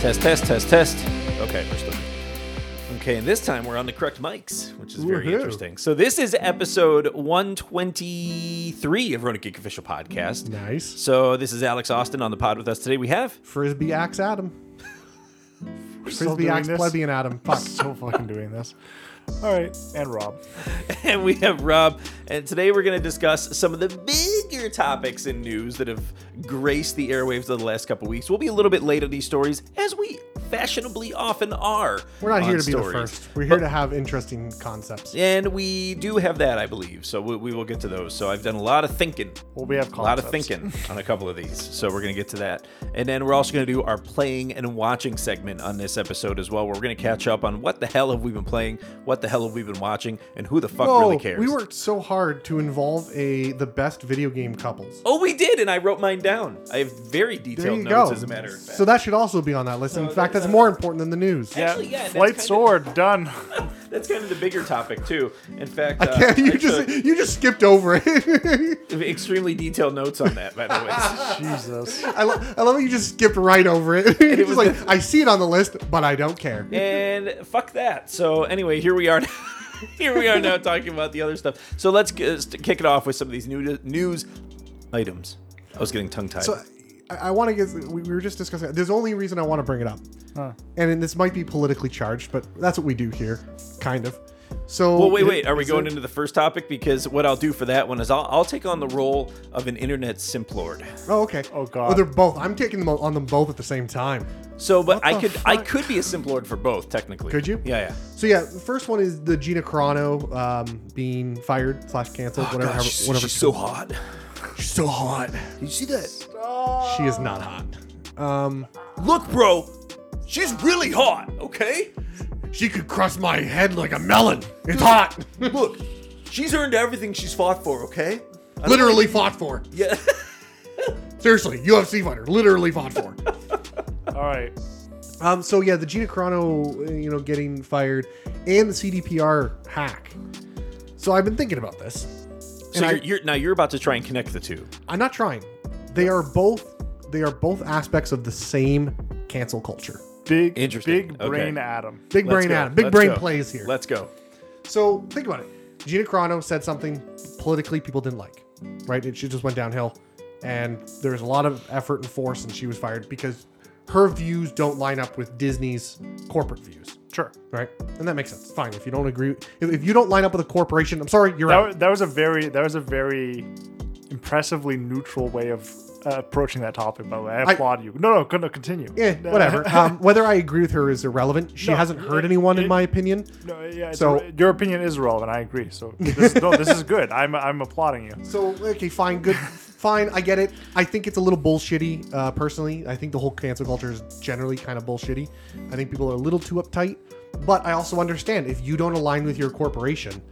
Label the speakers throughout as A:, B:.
A: Test, test, test, test. Okay, we're still. Okay, and this time we're on the correct mics, which is very
B: Woohoo.
A: interesting. So this is episode 123 of Rona Geek Official Podcast.
B: Nice.
A: So this is Alex Austin on the pod with us today. We have
B: Frisbee axe Adam. Frisbee axe plebeian Adam. Fuck. So fucking doing this.
C: All right, and Rob.
A: and we have Rob, and today we're going to discuss some of the bigger topics and news that have graced the airwaves of the last couple weeks. We'll be a little bit late on these stories, as we fashionably often are.
B: We're not here
A: on
B: to be
A: stories.
B: the first. We're here to have interesting concepts.
A: And we do have that, I believe. So we, we will get to those. So I've done a lot of thinking,
C: Well, we have
A: a lot of
C: concepts.
A: thinking on a couple of these. So we're going to get to that. And then we're also going to do our playing and watching segment on this episode as well, where we're going to catch up on what the hell have we been playing, what the hell have we been watching, and who the fuck
B: Whoa,
A: really cares.
B: we worked so hard to involve a the best video game couples.
A: Oh, we did, and I wrote mine down. I have very
B: There
A: detailed
B: you
A: notes,
B: go.
A: as a matter of fact.
B: So that should also be on that list. In
A: So
B: fact,
A: there's
B: that's
A: a-
B: more important than the news.
A: Actually, yeah, that's
C: Light
A: kind
C: sword, done.
A: Of, that's kind of the bigger topic too. In fact, uh,
B: Yeah, you
A: I
B: just you just skipped over it.
A: took extremely detailed notes on that, by the way.
C: Jesus.
B: I, lo- I love how you just skipped right over it. It's
A: was
B: just like I see it on the list, but I don't care.
A: and fuck that. So anyway, here we are. here we are now talking about the other stuff. So let's g- uh, st- kick it off with some of these new news items. I was getting tongue tied.
B: So I, I want to get. We, we were just discussing. There's only reason I want to bring it up, and, then this might be politically charged, but that's what we do here, kind of. So.
A: well, wait, wait. Are we
B: is
A: going
B: it-
A: into the first topic? Because what I'll do for that one is I'll, I'll take on the role of an internet simplord.
B: Oh, okay.
C: Oh, God.
B: Oh, they're both. I'm taking them on them both at the same time.
A: So, but I
B: the
A: could I
B: fuck?
A: could be a simplord for both technically.
B: Could you?
A: Yeah, yeah.
B: So yeah, the first one is the Gina Carano um, being fired slash canceled,
A: Oh,
B: whatever. however- whatever.
A: so hot.
B: she's so hot.
A: Did you see that?
B: She is not hot. Um,
A: Look, bro, she's really hot. Okay.
B: She could crush my head like a melon. It's hot.
A: Look, she's earned everything she's fought for. Okay.
B: literally fought for.
A: Yeah.
B: Seriously, UFC fighter, literally fought for.
C: All right.
B: Um, so yeah, the Gina Carano, uh, you know, getting fired, and the CDPR hack. So I've been thinking about this.
A: so
B: I-
A: you're, you're now you're about to try and connect the two.
B: I'm not trying. They are both. They are both aspects of the same cancel culture.
C: Big,
A: Interesting.
C: big
A: Okay.
C: brain Adam.
B: Big
A: Let's
B: brain,
A: go.
B: Adam. Big
A: Let's
B: brain
A: go.
B: plays here.
A: Let's go.
B: so think about it. Gina Carano said something politically people didn't like, right? It, she just went downhill, and there was a lot of effort and force, and she was fired because her views don't line up with Disney's corporate views.
C: Sure.
B: right? And that makes sense. Fine. If you don't agree, if, if you don't line up with a corporation, I'm sorry, you're
C: That,
B: out.
C: wa- that was a very that was a very impressively neutral way of uh, approaching that topic. By the way, I,
B: I-
C: applaud you. No, no, go- no, continue.
B: Eh,
C: No.
B: whatever. um, whether I agree with her is irrelevant. She
C: No,
B: hasn't hurt
C: it-
B: anyone, in
C: it-
B: my opinion.
C: No, yeah. it's
B: So-
C: irre- your opinion is relevant. I agree. So this, no, this is good. I'm I'm applauding you.
B: So okay, fine, good, fine. I get it. I think it's a little bullshitty. Uh, personally, I think the whole cancel culture is generally kind of bullshitty. I think people are a little too uptight. But I also understand if you don't align with your corporation,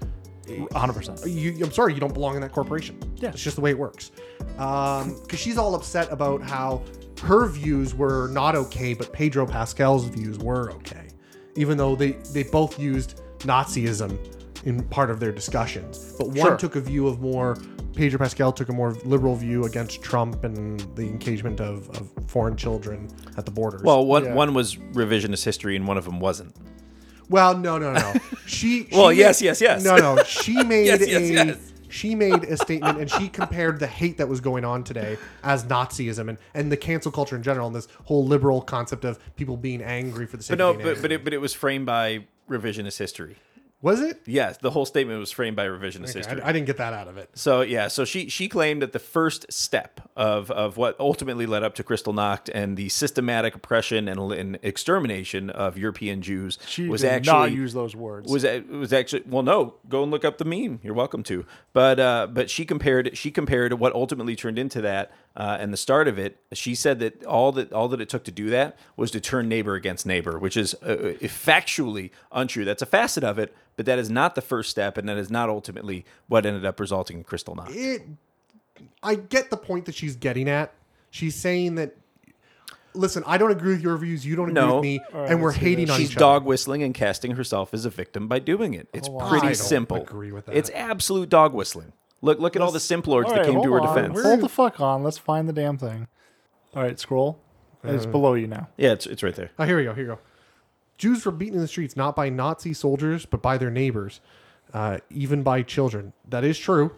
C: 100. percent
B: you, I'm sorry, you don't belong in that corporation. Yeah, it's just the way it works. Because she's all upset about how her views were not okay, but Pedro Pascal's views were okay, even though they they both used Nazism in part of their discussions. But one
C: Sure.
B: took a view of more. Pedro Pascal took a more liberal view against Trump and the engagement of, of foreign children at the borders.
A: Well, one
C: Yeah.
A: one was revisionist history, and one of them wasn't.
B: Well, no, no, no. She.
A: Well,
B: she
A: yes,
B: made-
A: yes, yes.
B: No, no. She made
A: Yes, yes,
B: a.
A: yes.
B: She made a statement, and she compared the hate that was going on today as Nazism and, and the cancel culture in general, and this whole liberal concept of people being angry for the sake
A: But no,
B: of being
A: but
B: angry.
A: but it, but it was framed by revisionist history.
B: was it?
A: Yes, the whole statement was framed by revisionist
B: Okay,
A: history.
B: I, I didn't get that out of it.
A: So yeah, so she she claimed that the first step of of what ultimately led up to Kristallnacht and the systematic oppression and, and extermination of European Jews
C: She
A: was
C: did
A: actually
C: not use those words.
A: was a- was actually well no go and look up the meme you're welcome to but uh, but she compared she compared what ultimately turned into that uh, and the start of it she said that all that all that it took to do that was to turn neighbor against neighbor which is uh, uh, factually untrue that's a facet of it but that is not the first step and that is not ultimately what ended up resulting in crystal knock
B: It. I get the point that she's getting at. She's saying that. Listen, I don't agree with your views. You don't agree
A: No.
B: with me, and we're hating on
A: she's
B: each other. Oh,
A: dog whistling and casting herself as a victim by doing it it's pretty
B: I don't
A: simple
B: agree with that.
A: it's absolute dog whistling Look, look at all the simplords that came to her defense.
C: Hold the fuck on. Let's find the damn thing. All right, scroll. It's below you now.
A: Yeah, it's it's right there.
B: Oh, here we go. Here we go. Jews were beaten in the streets not by Nazi soldiers, but by their neighbors, uh, even by children. That is true.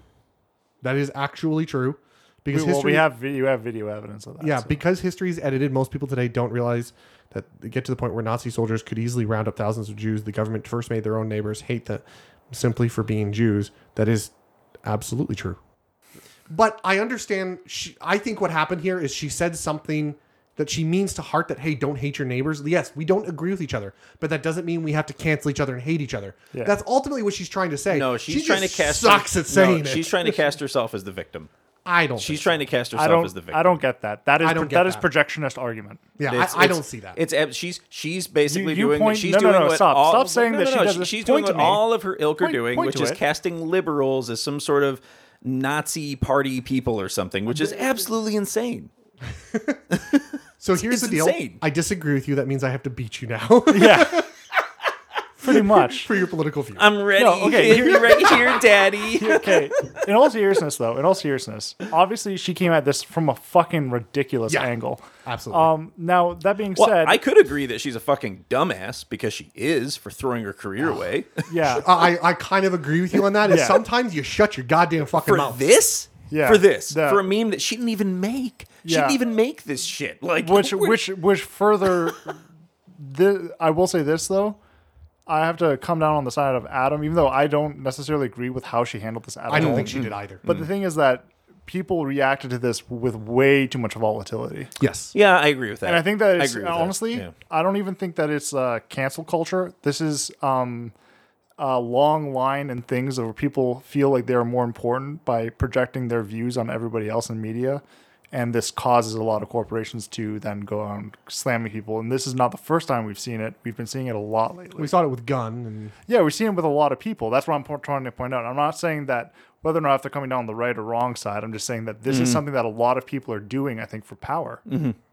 B: That is actually true. Because
C: well,
B: history,
C: we have vi- you have video evidence of that.
B: yeah,
C: so-
B: because history is edited. Most people today don't realize that they get to the point where Nazi soldiers could easily round up thousands of Jews. The government first made their own neighbors hate them simply for being Jews. That is absolutely true. But I understand. She, I think what happened here is she said something that she means to heart that hey, don't hate your neighbors. Yes, we don't agree with each other, but that doesn't mean we have to cancel each other and hate each other.
C: Yeah.
B: That's ultimately what she's trying to say.
A: No, she's
B: She
A: trying to
B: just
A: cast.
B: Sucks
A: her-
B: at saying
A: no,
B: it.
A: She's trying to cast herself as the victim.
B: I don't.
A: She's
B: think-
A: trying to cast
C: I
A: herself
C: don't.
A: as the victim.
C: I don't get that. That is
B: I don't get
C: that is
B: that.
C: projectionist argument.
B: Yeah,
A: It's-
B: I, I
A: it's-
B: don't see that.
A: It's ab- she's she's basically
C: You- you
A: doing
C: point-
A: she's
C: no, no,
A: doing
C: no,
A: what
C: stop.
A: all,
C: Stop saying
A: no,
C: that
A: no,
C: she
A: no,
C: does this.
A: she's doing
C: Point
A: what
C: to me.
A: all of her ilk are
C: Point-
A: doing,
C: point
A: which
C: to
A: is
C: it.
A: casting liberals as some sort of Nazi party people or something, which is absolutely insane.
B: So here's
A: it's
B: the deal.
A: insane.
B: I disagree with you. That means I have to beat you now
C: Yeah, pretty much.
B: for your political view.
A: I'm ready.
C: okay,
A: Hit me right here, Daddy.
C: Okay. In all seriousness, though, in all seriousness, obviously she came at this from a fucking ridiculous
B: Yeah.
C: angle.
B: Absolutely.
C: Um. Now that being
A: Well,
C: said,
A: I could agree that she's a fucking dumbass because she is for throwing her career away.
C: yeah,
B: I, I kind of agree with you on that. Is
C: Yeah.
B: sometimes you shut your goddamn fucking
A: for
B: mouth.
A: this?
C: Yeah,
A: For this.
C: that-
A: For a meme that she didn't even make. She
C: Yeah.
A: didn't even make this shit. Like
C: which
A: we're-
C: which which further the I will say this though. I have to come down on the side of Adam, even though I don't necessarily agree with how she handled this at
B: I don't
C: all.
A: Mm.
B: think she Mm. did either.
C: but the thing is that people reacted to this with way too much volatility.
B: yes,
A: Yeah, I agree with that.
C: And I think that it's
A: agree with that.
C: honestly,
A: Yeah.
C: I don't even think that it's uh, cancel culture. This is um, a long line and things where people feel like they're more important by projecting their views on everybody else in media. And this causes a lot of corporations to then go on slamming people. And this is not the first time we've seen it. We've been seeing it a lot lately.
B: we saw it with Gunn, and
C: Yeah, we've seen it with a lot of people. That's what I'm po- trying to point out. I'm not saying that whether or not if they're coming down the right or wrong side. I'm just saying that this
A: Mm-hmm.
C: is something that a lot of people are doing. I think for power.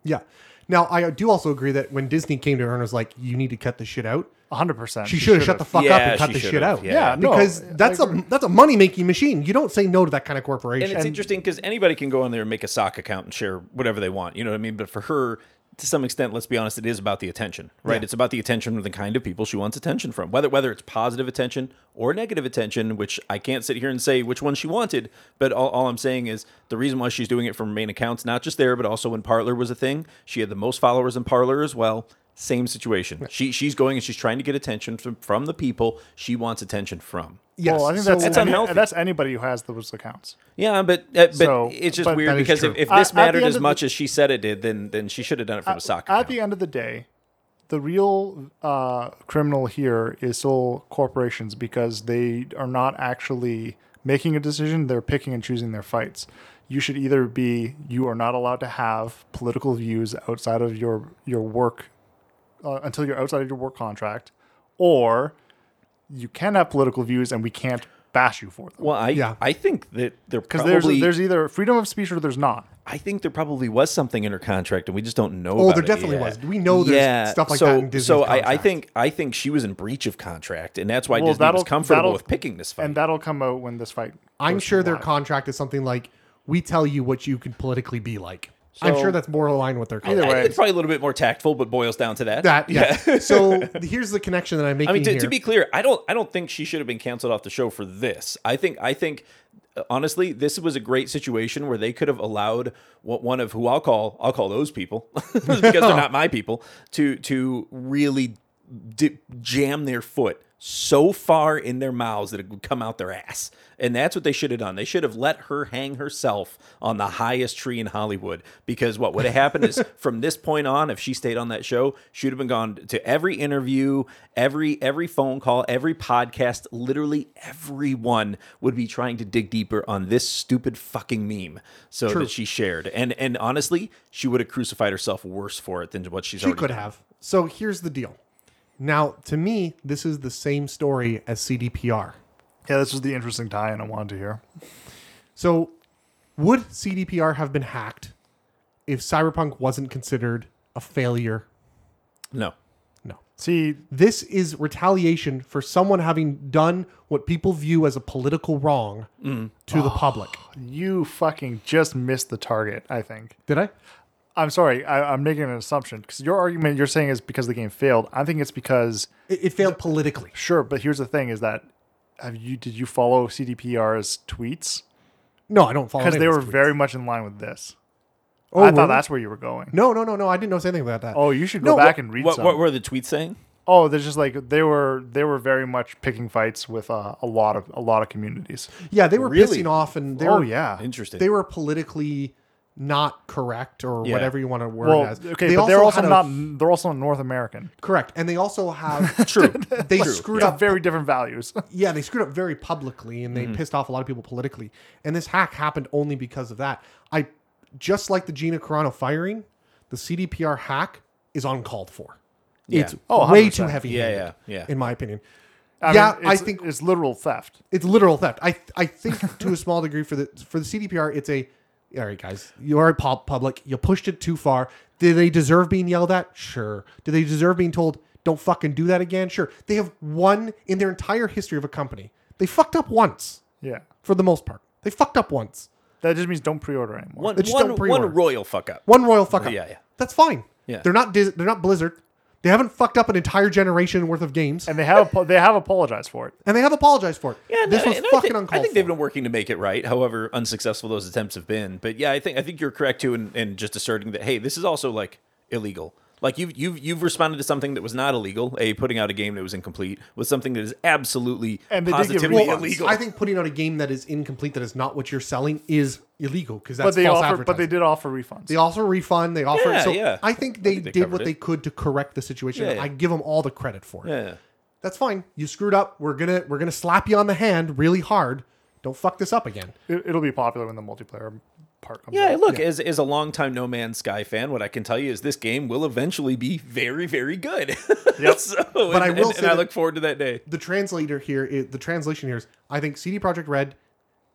B: yeah. Now I do also agree that when Disney came to her and was like, "You need to cut this shit out,"
C: 100. percent
B: she should have shut the fuck up
A: Yeah,
B: and cut
A: she
B: the
A: should
B: shit
A: have.
B: out.
A: Yeah.
C: Yeah, no,
B: because
C: I-
B: that's
C: I
B: a that's a money making machine. You don't say no to that kind of corporation.
A: And it's interesting because anybody can go on there and make a sock account and share whatever they want. You know what I mean? But for her, to some extent, let's be honest, it is about the attention, right? It's about the attention of the kind of people she wants attention from, whether whether it's positive attention or negative attention. Which I can't sit here and say which one she wanted. But all, all I'm saying is the reason why she's doing it from her main accounts, not just there, but also when Parlor was a thing, she had the most followers in Parlor as well. Same situation. She she's going and she's trying to get attention from from the people she wants attention from.
B: yes,
C: Well, I think
B: so-
C: that's,
A: That's
C: any-
A: unhealthy.
C: That's anybody who has those accounts.
A: Yeah, but uh, but
C: So,
A: it's just
C: but
A: weird
B: that is
A: because
B: true.
A: if, if
C: At-
A: this
C: at the
A: mattered
C: end
A: as
C: of
A: much
C: the-
A: as she said it did, then then she should have done it from a sock.
C: At
A: account.
C: the end of the day, the real uh, criminal here is still corporations because they are not actually making a decision. They're picking and choosing their fights. You should either be you are not allowed to have political views outside of your your work uh, until you're outside of your work contract, or you can have political views and we can't bash you for them.
A: well, I
B: Yeah.
A: I think that there
C: Because there's
A: probably
C: there's either freedom of speech or there's not.
A: I think there probably was something in her contract, and we just don't know.
B: Oh,
A: about
B: there
A: it
B: definitely
A: yet.
B: was. We know there's stuff like
A: so,
B: that in Disney's
A: So I, I
B: contract.
A: think I think she was in breach of contract, and that's why
C: Well,
A: Disney
C: that'll-
A: was comfortable
C: that'll-
A: with picking this fight.
C: And that'll come out when this fight.
B: I'm
C: goes
B: sure
C: live.
B: their contract is something like, "We tell you what you can politically be like." I'm
C: So-
B: sure that's more aligned with their contract.
A: I
C: Either
A: think
C: way,
A: Eh, it's probably a little bit more tactful, but boils down to that.
B: That yeah. so here's the connection that I'm making.
A: I mean, to,
B: here.
A: to be clear, I don't I don't think she should have been canceled off the show for this. I think I think uh, honestly, this was a great situation where they could have allowed what one of who I'll call I'll call those people because they're not my people to to really di- jam their foot so far in their mouths that it would come out their ass. And that's what they should have done. They should have let her hang herself on the highest tree in Hollywood because what would have happened is from this point on if she stayed on that show, she would have been gone to every interview, every every phone call, every podcast, literally everyone would be trying to dig deeper on this stupid fucking meme so that she shared. And and honestly, she would have crucified herself worse for it than what she's
B: She
A: already
B: could have. So here's the deal. Now, to me, this is the same story as CDPR.
C: yeah, this was the interesting tie-in I wanted to hear.
B: So, would CDPR have been hacked if Cyberpunk wasn't considered a failure?
A: No.
B: No.
C: See,
B: This is retaliation for someone having done what people view as a political wrong to the public.
C: you fucking just missed the target. I think
B: Did I?
C: I'm sorry, I, I'm making an assumption because your argument you're saying is because the game failed. I think it's because
B: It, it failed politically.
C: sure, but here's the thing: is that have you did you follow CDPR's tweets
B: No, I don't follow
C: because they were
B: anyone's tweets.
C: very much in line with this.
B: Oh,
C: I
B: were
C: thought
B: they?
C: that's where you were going.
B: No, no, no, no. I didn't know anything about that.
C: Oh, you should go
B: No,
C: back
B: what-
C: and read
A: What,
C: some.
A: what were the tweets saying?
C: oh, there's just like they were they were very much picking fights with uh, a lot of a lot of communities.
B: yeah, they were
A: Really?
B: pissing off, and they
C: oh
B: were,
C: yeah,
A: Interesting.
B: they were politically not correct or
A: Yeah.
B: whatever you want to word
C: well,
B: it as.
C: okay, but they're also
B: had a-
C: not they're also North American.
B: correct, and they also have
A: True.
B: they screwed
C: Yeah,
B: up
C: very different values.
B: yeah, they screwed up very publicly and they
C: Mm-hmm.
B: pissed off a lot of people politically. And this hack happened only because of that. I just like the Gina Carano firing, the CDPR hack is uncalled for.
A: Yeah.
B: It's
C: Oh,
B: way too
C: 100%.
B: heavy.
A: Yeah, yeah, yeah.
B: In my opinion.
C: I
B: yeah,
C: mean,
B: I
C: it's-
B: think
C: it's literal theft.
B: it's literal theft. I I think to a small degree for the for the CDPR, it's a all right, guys. You are pub- public. You pushed it too far. Do they deserve being yelled at? Sure. Do they deserve being told don't fucking do that again? Sure. They have one in their entire history of a company. They fucked up once
C: Yeah,
B: for the most part. They fucked up once.
C: that just means don't pre-order anymore.
A: One,
B: They just
A: one,
B: don't pre-order.
A: one royal fuck up.
B: One royal fuck up.
A: Yeah, yeah.
B: That's fine.
A: Yeah.
B: They're not Dis- they're not Blizzard. They haven't fucked up an entire generation worth of games, and,
C: And they have apo- they have apologized for it.
B: they have apologized for it.
A: Yeah,
B: this
A: and-
B: was
A: and I
B: fucking
A: think,
B: uncalled
A: I think
B: for.
A: they've been working to make it right, however unsuccessful those attempts have been. But yeah, I think I think you're correct too in, in just asserting that hey, this is also like illegal. Like you've you've you've responded to something that was not illegal, a putting out a game that was incomplete with something that is absolutely
C: And they did give
A: positively
C: refunds.
A: illegal.
B: I think putting out a game that is incomplete, that is not what you're selling, is illegal because that's
C: But they
B: false
C: offer,
B: advertising.
C: but they did offer refunds.
B: They also refund. They offer.
A: Yeah,
B: so
A: yeah.
B: I think they,
A: they
B: did
A: covered
B: what
A: it.
B: they could to correct the situation.
A: Yeah,
B: and
A: yeah.
B: I give them all the credit for it.
A: yeah.
B: That's fine. You screwed up. We're gonna we're gonna slap you on the hand really hard. Don't fuck this up again.
C: it, it'll be popular when the multiplayer part comes.
A: Yeah,
C: out.
A: look, as as a longtime No Man's Sky fan, what I can tell you is this game will eventually be very, very good. Yep. but
B: I will
A: and,
B: say
A: and I
B: that-
A: look forward to that day.
B: The translator here, i- the translation here is: I think CD Projekt Red,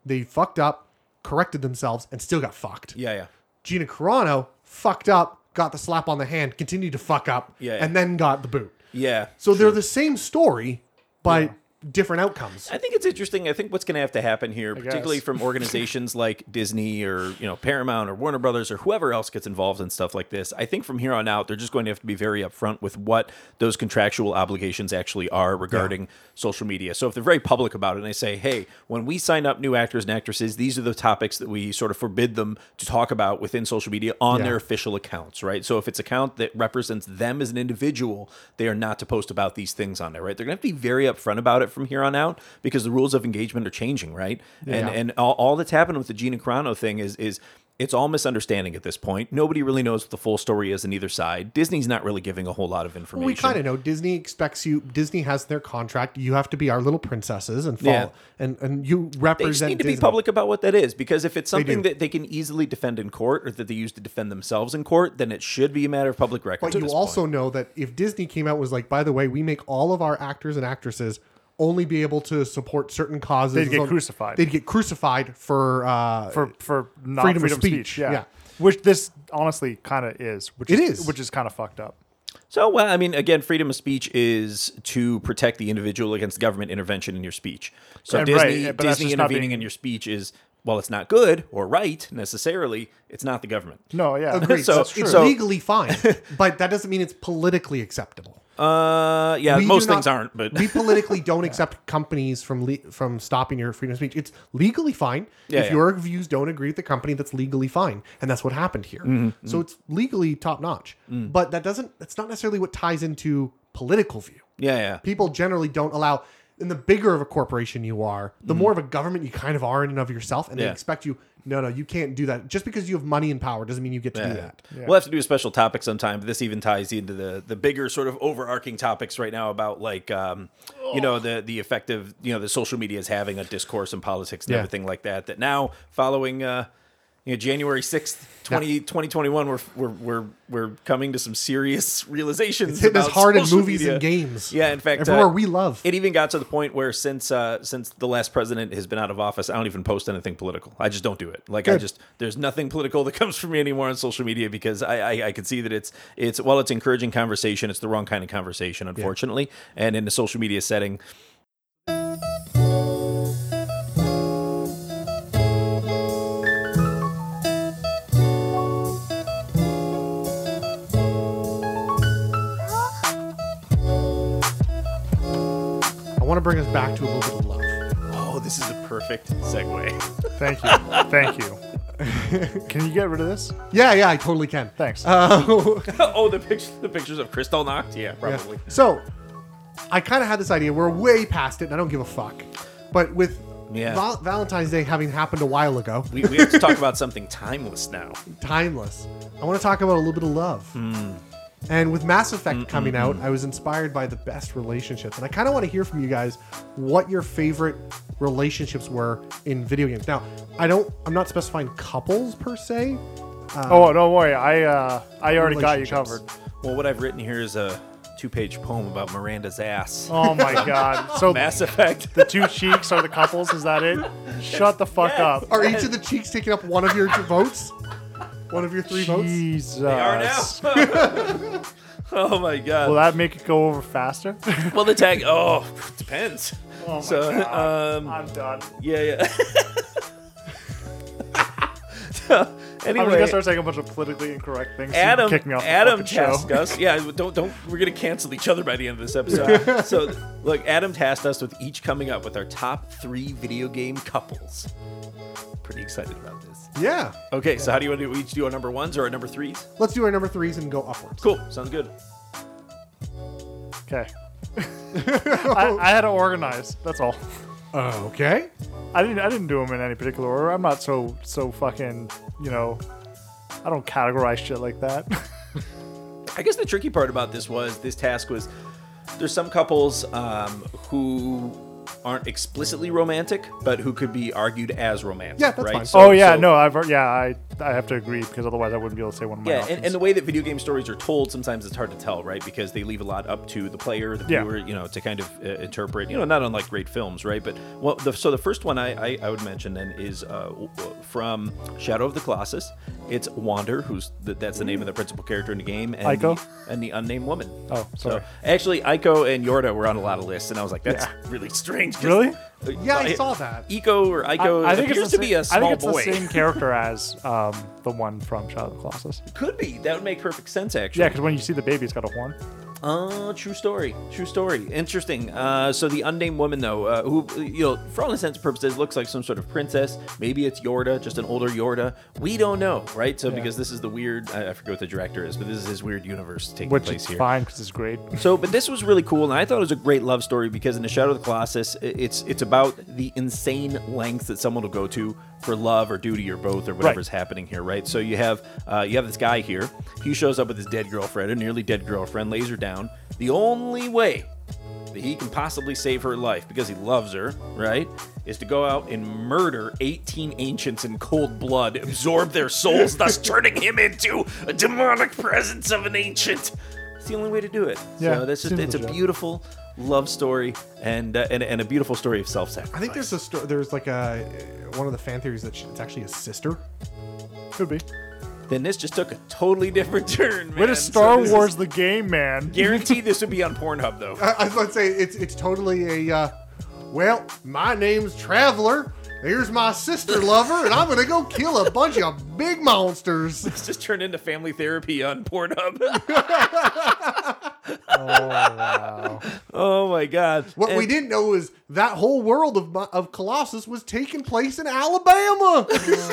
B: they fucked up, corrected themselves, and still got fucked.
A: Yeah, yeah.
B: Gina Carano fucked up, got the slap on the hand, continued to fuck up,
A: Yeah, yeah.
B: and then got the boot.
A: Yeah.
B: So they're the same story, but different outcomes.
A: I think it's interesting. I think what's going to have to happen here, particularly
C: guess.
A: from organizations like Disney or you know Paramount or Warner Brothers or whoever else gets involved in stuff like this, I think from here on out they're just going to have to be very upfront with what those contractual obligations actually are regarding social media. So if they're very public about it and they say, "Hey, when we sign up new actors and actresses, these are the topics that we sort of forbid them to talk about within social media on
B: Yeah.
A: their official accounts, right? So if it's account that represents them as an individual, they are not to post about these things on there, right? They're gonna have to be very upfront about it from here on out because the rules of engagement are changing, right? And
B: Yeah.
A: and all, all that's happened with the Gina Carano thing is is it's all misunderstanding at this point. Nobody really knows what the full story is on either side. Disney's not really giving a whole lot of information.
B: We kind of know Disney expects you. Disney has their contract. You have to be our little princesses and follow,
A: Yeah.
B: and and you
A: they just
B: represent.
A: need to be
B: Disney.
A: public about what that is because if it's something
B: do.
A: that they can easily defend in court or that they use to defend themselves in court, then it should be a matter of public record. at
B: But you
A: this
B: also
A: point.
B: know that if Disney came out and was like, by the way, we make all of our actors and actresses only be able to support certain causes.
C: They'd get
B: as long-
C: crucified.
B: They'd get crucified for uh,
C: for for not
B: Freedom of
C: freedom, of
B: speech,
C: speech. yeah.
B: yeah.
C: which this honestly kind of is. Which
B: It
C: is,
B: is.
C: which is kind of fucked up.
A: So, well, I mean, again, freedom of speech is to protect the individual against government intervention in your speech. So,
C: And
A: Disney,
C: right, but that's
A: Disney
C: just not
A: intervening
C: being-
A: in your speech is, well, it's not good or right necessarily. It's not the government.
C: No, yeah,
B: Agreed.
A: So-
B: So,
A: true.
B: it's
A: so-
B: legally fine, but that doesn't mean it's politically acceptable.
A: Uh, yeah,
B: We
A: most
B: do not-
A: things aren't, but
B: we politically don't accept companies from le- from stopping your freedom of speech. It's legally fine
A: Yeah,
B: if
A: yeah.
B: your views don't agree with the company. That's legally fine, and that's what happened here.
A: Mm-hmm,
B: So it's legally top notch,
A: Mm.
B: but that doesn't. That's not necessarily what ties into political view.
A: yeah, yeah.
B: People generally don't allow. And the bigger of a corporation you are, the more of a government you kind of are in and of yourself, and
A: Mm. Yeah.
B: they expect you. No, no, you can't do that. Just because you have money and power doesn't mean you get to do that.
A: We'll have to do a special topic sometime. But this even ties into the the bigger sort of overarching topics right now about like um, you know the the effect of you know the social media is having on discourse and politics and
B: Yeah.
A: everything like that. That now following uh, you know January sixth, 20, 2021, we're, we're we're we're coming to some serious realizations.
B: It's hitting us
A: about
B: hard in
A: social
B: movies
A: media.
B: and games.
A: Yeah, in fact,
B: everywhere
A: uh,
B: we love.
A: It even got to the point where since uh, since the last president has been out of office, I don't even post anything political. I just don't do it. Like I
B: Good.
A: just there's nothing political that comes from me anymore on social media because I I, I can see that it's it's while it's encouraging conversation, it's the wrong kind of conversation, unfortunately. And in the social media setting,
B: bring us back to a little bit of love.
A: Oh, this is a perfect segue.
C: Thank you. Thank you. Can you get rid of this?
B: Yeah, yeah, I totally can.
C: Thanks.
A: oh, the pictures, the pictures of Crystal Knocked. Yeah,
B: Yeah.
A: probably.
B: So, I kind of had this idea. We're way past it, and I don't give a fuck. But with
A: Yeah.
B: Val- Valentine's Day having happened a while ago,
A: We, we have to talk about something timeless now.
B: timeless. I want to talk about a little bit of love.
A: Hmm.
B: And with Mass Effect coming out, I was inspired by the best relationships. And I kind of want to hear from you guys what your favorite relationships were in video games. Now, I don't, I'm not specifying couples per se.
C: oh, don't worry. I uh, I already got you
B: Relationships.
C: covered.
A: Well, what I've written here is a two-page poem about Miranda's ass.
C: Oh my god. So
A: Mass Effect.
C: the two cheeks are the couples. Is that it? Shut the fuck
A: Yes.
C: up.
B: Are each of the cheeks taking up one of your two votes? One of your three votes?
C: Jesus.
A: are now. oh my god. Well,
C: Will that make it go over faster?
A: the tag. Oh, depends.
C: my
A: so, um,
C: I'm done.
A: yeah, yeah. So, anyway,
C: I'm just gonna start saying a bunch of politically incorrect things. so you can
A: Adam,
C: kick me off the
A: Adam
C: fucking show.
A: tasked us. Yeah, don't don't. We're gonna cancel each other by the end of this episode. so, look, Adam tasked us with each coming up with our top three video game couples. Pretty excited about this.
B: Yeah.
A: Okay, so how do you want to do? We each do our number ones or our number threes?
B: Let's do our number threes and go upwards.
A: Cool, sounds good.
C: Okay. I, I had to organize. That's all.
B: Okay.
C: I didn't. I didn't do them in any particular order. I'm not so so fucking. You know, I don't categorize shit like that.
A: I guess the tricky part about this was this task was there's some couples um, who aren't explicitly romantic, but who could be argued as romantic.
B: Yeah, that's
A: right?
B: fine.
C: oh yeah,
A: so-
C: no. I've al- yeah. I I have to agree because otherwise I wouldn't be able to say one of my.
A: Yeah,
C: options.
A: and, and the way that video game stories are told, sometimes it's hard to tell, right? Because they leave a lot up to the player, the
C: Yeah.
A: viewer, you know, to kind of uh, interpret. You know, not unlike great films, right? But well, the, so the first one I, I, I would mention then is uh, w- w- from Shadow of the Colossus. It's Wander, who's the, that's the name of the principal character in the game, and
C: Ico?
A: the, and the unnamed woman.
C: Oh, sorry.
A: So actually, Ico and Yorda were on a lot of lists, and I was like, that's really strange. 'cause-
C: Really?
B: Yeah, I saw that.
C: E-
A: Ico or Ico appears
C: the
A: to be a
C: sa- I
A: small
C: think it's
A: boy.
C: the same character as um, the one from Shadow of the Colossus.
A: Could be. That would make perfect sense, actually.
C: Yeah, because when you see the baby, it's got a horn.
A: Uh, true story. True story. Interesting. Uh, so the unnamed woman, though, uh, who you know, for all intents and purposes, looks like some sort of princess. Maybe it's Yorda, just an older Yorda. We don't know, right? So because this is the weird, I, I forget what the director is, but this is his weird universe taking
C: Which
A: place
C: is
A: here.
C: fine because it's great.
A: So, but this was really cool, and I thought it was a great love story because in the Shadow of the Colossus, i- it's it's about the insane lengths that someone will go to for love or duty or both or whatever's happening here, right? So you have uh, you have this guy here. He shows up with his dead girlfriend, a nearly dead girlfriend, lays her down. The only way that he can possibly save her life because he loves her, right? Is to go out and murder 18 ancients in cold blood, absorb their souls, thus turning him into a demonic presence of an ancient. It's the only way to do it.
C: Yeah,
A: so that's just,
C: seems
A: it's a
C: legit.
A: beautiful love story and, uh, and and a beautiful story of
B: I
A: self-sacrifice.
B: think there's a sto- there's like a one of the fan theories that she, it's actually a sister.
C: Could be.
A: Then this just took a totally different turn.
C: Way
A: man.
C: to Star
A: So this
C: Wars
A: Is,
C: the game, man.
A: guaranteed this would be on Pornhub though.
B: I, I was about to say it's it's totally a uh, well, my name's Traveler. Here's my sister lover, and I'm gonna go kill a bunch of big monsters.
A: It's just turned into family therapy on Pornhub. oh my god.
B: What we
A: And-
B: didn't know is that whole world of my, of Colossus was taking place in Alabama.
C: Oh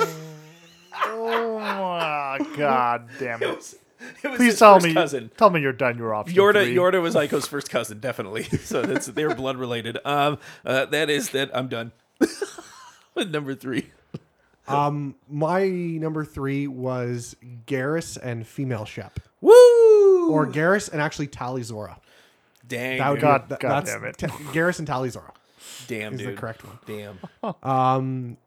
C: my god, damn
A: It
C: it!
A: was, it was
C: Please
A: his
C: tell
A: first
C: me,
A: cousin.
C: tell me you're done. Your option.
A: Yorda,
C: three.
A: Yorda was Ico's first cousin, definitely. So that's they're blood related. Um, uh, that is that. I'm done with number three.
B: My number three was Garrus and female Shep,
A: Woo!
B: or Garrus and actually Talizora.
A: dang,
B: That would
A: dude.
B: be-
C: God-
B: that-
C: God
B: that's
C: damn it.
B: Ta- Garrus and Talizora.
A: damn,
B: is the
A: dude.
B: correct one.
A: Damn.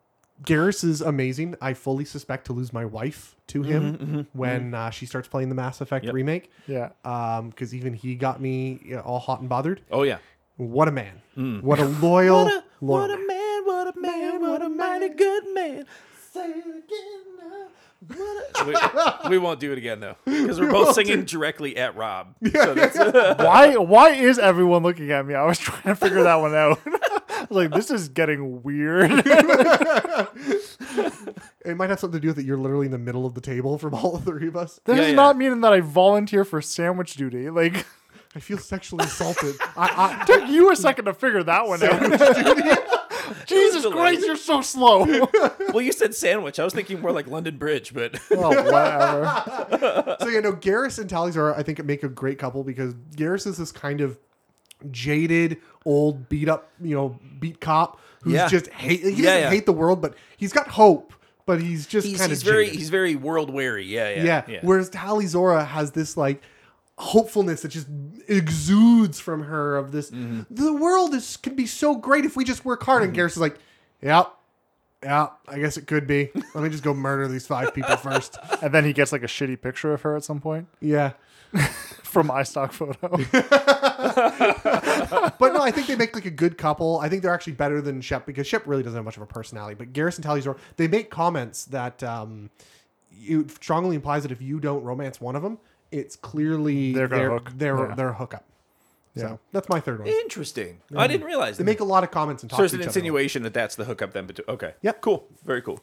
B: Garrus is amazing. I fully suspect to lose my wife to
A: Mm-hmm,
B: him when Uh, she starts playing the Mass Effect remake.
C: Yeah.
B: Because even he got me you know, all hot and bothered.
A: Oh yeah.
B: What a man. What a loyal,
A: Mm. What a,
B: loyal
A: what a
B: man.
A: man! What a man! What a mighty good man! Say it again. now. What a- we, we won't do it again though, because we're both singing directly at Rob. So that's,
C: why? Why is everyone looking at me? I was trying to figure that one out. I was like, this is getting weird.
B: It might have something to do with it. You're literally in the middle of the table from all three of us.
C: This
A: Yeah,
C: is
A: yeah.
C: not meaning that I volunteer for sandwich duty. Like,
B: I feel sexually assaulted. I,
C: Took you a second to figure that one out. Jesus
A: Delayed.
C: Christ, you're so slow.
A: well, you said sandwich. I was thinking more like London Bridge, but
C: Oh, whatever.
A: Oh,
B: I, so you know, Garrus and Talizar, I think, make a great couple because Garrus is this kind of jaded, old, beat up, you know, beat cop who's
A: Yeah.
B: just hate. He doesn't
A: Yeah, yeah.
B: hate the world, but he's got hope. But he's just
A: he's,
B: kind of
A: he's very he's very world weary. Yeah, yeah,
B: yeah. Whereas Talizora has this like hopefulness that just exudes from her of this.
A: Mm-hmm.
B: The world is could be so great if we just work hard. And Garrus is like, yep, yeah, I guess it could be. Let me just go murder these five people first.
C: And then he gets like a shitty picture of her at some point
B: yeah.
C: from iStock photo.
B: But no, I think they make like a good couple. I think they're actually better than Shep because Shep really doesn't have much of a personality. But Garrus and Talizor, they make comments that um, it strongly implies that if you don't romance one of them, it's clearly
C: They're gonna
B: their,
C: hook.
B: Their,
C: Yeah.
B: their hookup. So that's my third one.
A: Interesting. I didn't realize
B: They
A: that.
B: make a lot of comments and talk
A: Eh. so there's
B: to
A: an
B: each
A: insinuation that that's the hookup then. Between, okay.
B: Yep.
A: Cool. Very cool.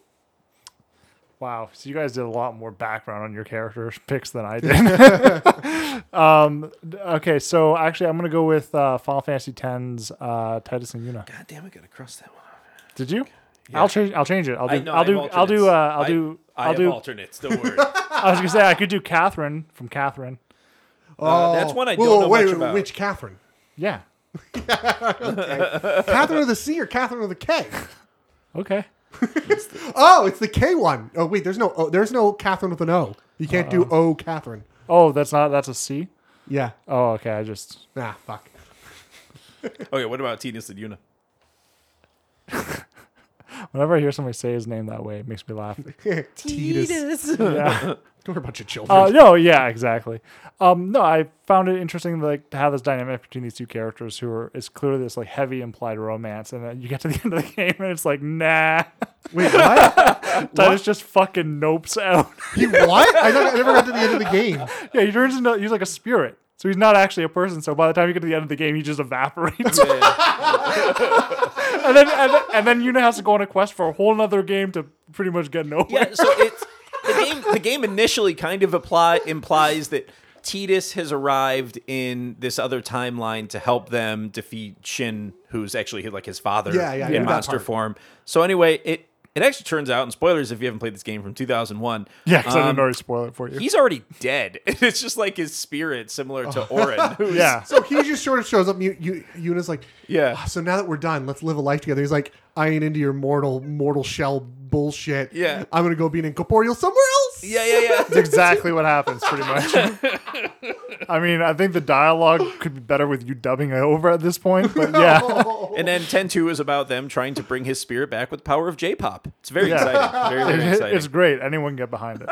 C: Wow. So you guys did a lot more background on your character picks than I did. um, d- okay. So actually, I'm going to go with uh, Final Fantasy X's uh, Titus and Yuna.
A: God damn, I gotta cross that one. off.
C: Did you? I'll change. I'll change it. I'll do.
A: I know, I
C: I'll
A: have
C: do. I'll do. Uh, I'll
A: alternates.
C: do.
A: I, I
C: I'll
A: have
C: do.
A: alternates. Don't worry.
C: I was gonna say I could do Catherine from Catherine.
B: other. one.
A: Uh, that's one I don't know
B: Oh.
A: much
B: wait, wait,
A: about.
B: Which Catherine?
C: Yeah.
B: Catherine of the C or Catherine of the K?
C: Okay.
B: Oh, it's the K one. Oh wait, there's no oh, there's no Catherine with an O. You can't do O Catherine.
C: Oh, that's not. That's a C.
B: Yeah.
C: Oh, okay. I just.
B: Nah, fuck.
A: okay. What about Tidus and Yuna?
C: Whenever I hear somebody say his name that way, it makes me laugh.
B: Titus.
C: Yeah.
B: We're a bunch of children.
C: Uh, no, yeah, exactly. Um, no, I found it interesting, like to have this dynamic between these two characters, who are it's clearly this like heavy implied romance, and then you get to the end of the game, and it's like, nah,
B: wait, what?
C: Titus just fucking nopes out.
B: He what? I, thought, I never got to the end of the game.
C: yeah, he turns into he's like a spirit, so he's not actually a person. So by the time you get to the end of the game, he just evaporates, and then and then, and then Yuna has to go on a quest for a whole other game to pretty much get nowhere.
A: Yeah, so it's the game. The game initially kind of apply implies that Tidus has arrived in this other timeline to help them defeat Shin, who's actually his- like his father
B: Yeah, yeah, I
A: in
B: knew that
A: monster
B: part.
A: form. So anyway, it it actually turns out, and spoilers if you haven't played this game from 2001.
C: Yeah, because I
A: um,
C: didn't already spoil it for you.
A: He's already dead. It's just like his spirit, similar to
B: Oh.
A: Orin. who's-
C: Yeah,
B: So he just sort of shows up. and You, you, Yuna's like,
A: Yeah.
B: "Ah, So now that we're done, let's live a life together. He's like, I ain't into your mortal, mortal shell bullshit.
A: Yeah.
B: I'm gonna go be an incorporeal somewhere else.
A: yeah, yeah, yeah.
C: That's exactly what happens, pretty much. I mean, I think the dialogue could be better with you dubbing it over at this point, but yeah.
A: And then 10-2 is about them trying to bring his spirit back with the power of J-pop. It's very
C: Yeah.
A: exciting. Very, very exciting.
C: It's great. Anyone can get behind it.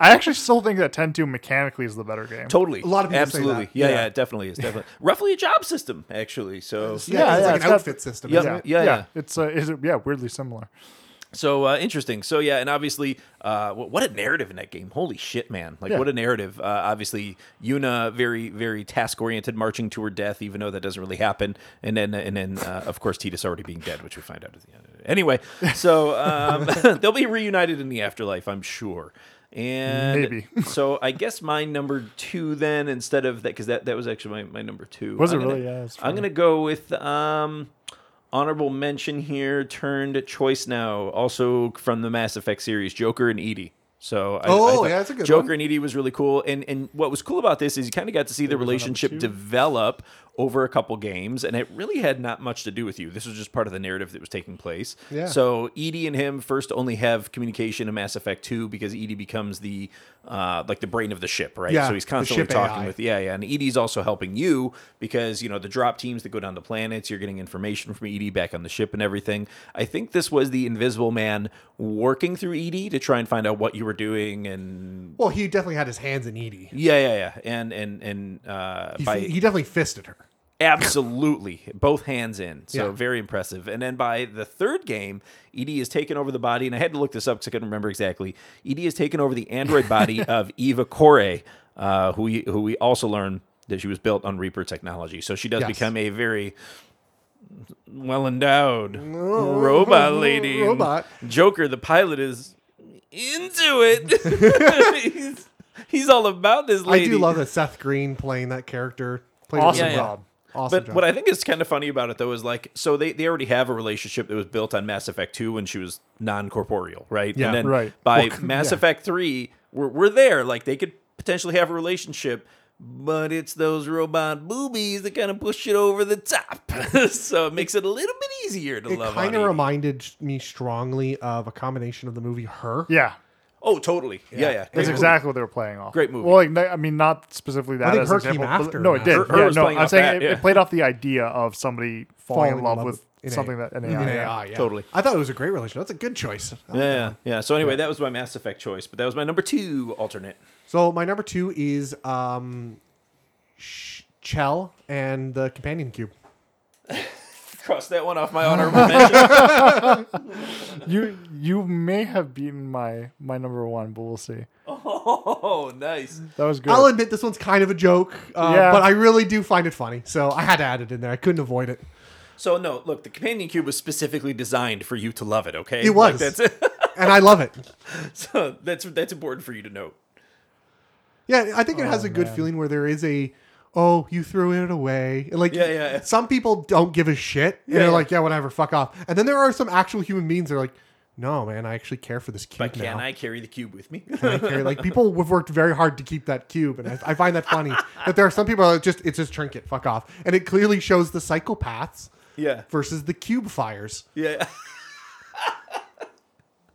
C: I actually still think that 10 2 mechanically is the better game.
A: Totally. A
B: lot of people say
A: Absolutely.
B: that.
A: Yeah, yeah, it definitely is. Definitely. Roughly a job system, actually. So
B: Yeah,
C: Yeah,
B: it's
C: yeah,
B: like
C: it's
B: an
C: got-
B: outfit system.
A: Yep.
B: isn't it?
A: Yeah, yeah.
C: It's uh, is it, yeah, weirdly similar.
A: so uh, interesting. So yeah, and obviously, uh, wh- what a narrative in that game! Holy shit, man! Like
C: Yeah.
A: what a narrative. Uh, obviously, Yuna very very task oriented, marching to her death, even though that doesn't really happen. And then and then uh, of course Tidus already being dead, which we find out at the end. Of it. Anyway, so um, they'll be reunited in the afterlife, I'm sure. And
C: Maybe.
A: so I guess my number two then instead of that because that, that was actually my, my number two.
C: Was it
A: I'm gonna-
C: really? Yeah, it's
A: I'm gonna go with um, honorable mention here. Turned choice now, also from the Mass Effect series, Joker and Edie. So I,
B: Oh,
A: I thought
B: yeah, that's a good
A: Joker
B: one.
A: and Edie was really cool, and and what was cool about this is you kind of got to see the relationship develop over a couple games, and it really had not much to do with you. This was just part of the narrative that was taking place.
B: Yeah.
A: So Edie and him first only have communication in Mass Effect Two because Edie becomes the uh, like the brain of the ship, right?
B: Yeah,
A: so he's
B: the
A: constantly
B: ship
A: talking
B: AI.
A: with yeah, yeah. And Edie's also helping you because, you know, the drop teams that go down to planets, you're getting information from Edie back on the ship and everything. I think this was the invisible man working through Edie to try and find out what you were doing and
B: Well, he definitely had his hands in Edie.
A: yeah, yeah, yeah. And and and uh
B: He,
A: by
B: he definitely fisted her.
A: Absolutely. Both hands in. So
B: Yeah.
A: very impressive. And then by the third game, E Edie has taken over the body, and I had to look this up because I couldn't remember exactly. E Edie has taken over the android body of Eva Corey, uh, who, we, who we also learn that she was built on Reaper technology. So she does
B: Yes.
A: become a very well endowed robot lady. And
B: Oh, Robot.
A: Joker, the pilot, is into it. He's- He's all about this lady.
B: I do love that Seth Green playing that character. Played
C: Awesome
A: Yeah, yeah.
C: job.
B: Awesome
A: But
B: job.
A: what I think is kind of funny about it though is like so they, they already have a relationship that was built on Mass Effect 2 when she was non-corporeal, right?
B: Yeah,
A: and then
C: right.
A: by Mass Effect 3 we're, we're there like they could potentially have a relationship but it's those robot boobies that kind of push it over the top. so it makes it a little bit easier to
B: it
A: love
B: kind
A: on
B: of
A: Eve.
B: reminded me strongly of a combination of the movie Her.
C: Yeah,
A: Oh, totally. Yeah, yeah.
C: that's
A: Great
C: exactly what they were playing off.
A: Great movie.
C: Well, like, no- I mean, not specifically that
B: I think
C: as
B: her
C: an example.
B: came
C: but-
B: after
C: no, it
B: that.
C: did.
B: Her-
A: her
C: yeah,
A: was
C: no,
A: playing
C: I'm
A: off
C: saying
A: that,
C: it,
A: yeah.
C: it played off the idea of somebody falling, in love, with,
B: an
C: something that an
B: an
C: AI. yeah.
B: AI, yeah.
A: Totally.
B: I thought it was a great relationship. That's a good choice.
A: movie. Yeah, yeah, yeah. So anyway, that was my Mass Effect choice, but that was my number 2 alternate.
B: So my number two is um, Sh- Chell and the companion cube.
A: Cross that one off my honorable mention.
C: You you may have beaten my my number one, but we'll see.
A: Oh, nice.
C: That was good.
B: I'll admit this one's kind of a joke, uh,
C: Yeah.
B: but I really do find it funny. So I had to add it in there. I couldn't avoid it.
A: So no, look, the companion cube was specifically designed for you to love it. Okay,
B: It
A: Like,
B: was.
A: that's it.
B: and I love it.
A: so that's that's important for you to note.
B: Yeah, I think it has a good feeling where there is a, oh, you threw it away. And, Like,
A: Yeah, yeah, yeah.
B: Some people don't give a shit. And
A: Yeah,
B: they're
A: yeah.
B: like, yeah, whatever, fuck off. And then there are some actual human beings that are like, no, man, I actually care for this cube
A: But can
B: now.
A: I carry the cube with me?
B: I carry- like people have worked very hard to keep that cube, and I, I find that funny. that there are some people that just it's just trinket, fuck off, and it clearly shows the psychopaths
A: yeah,
B: versus the cube fires.
A: yeah.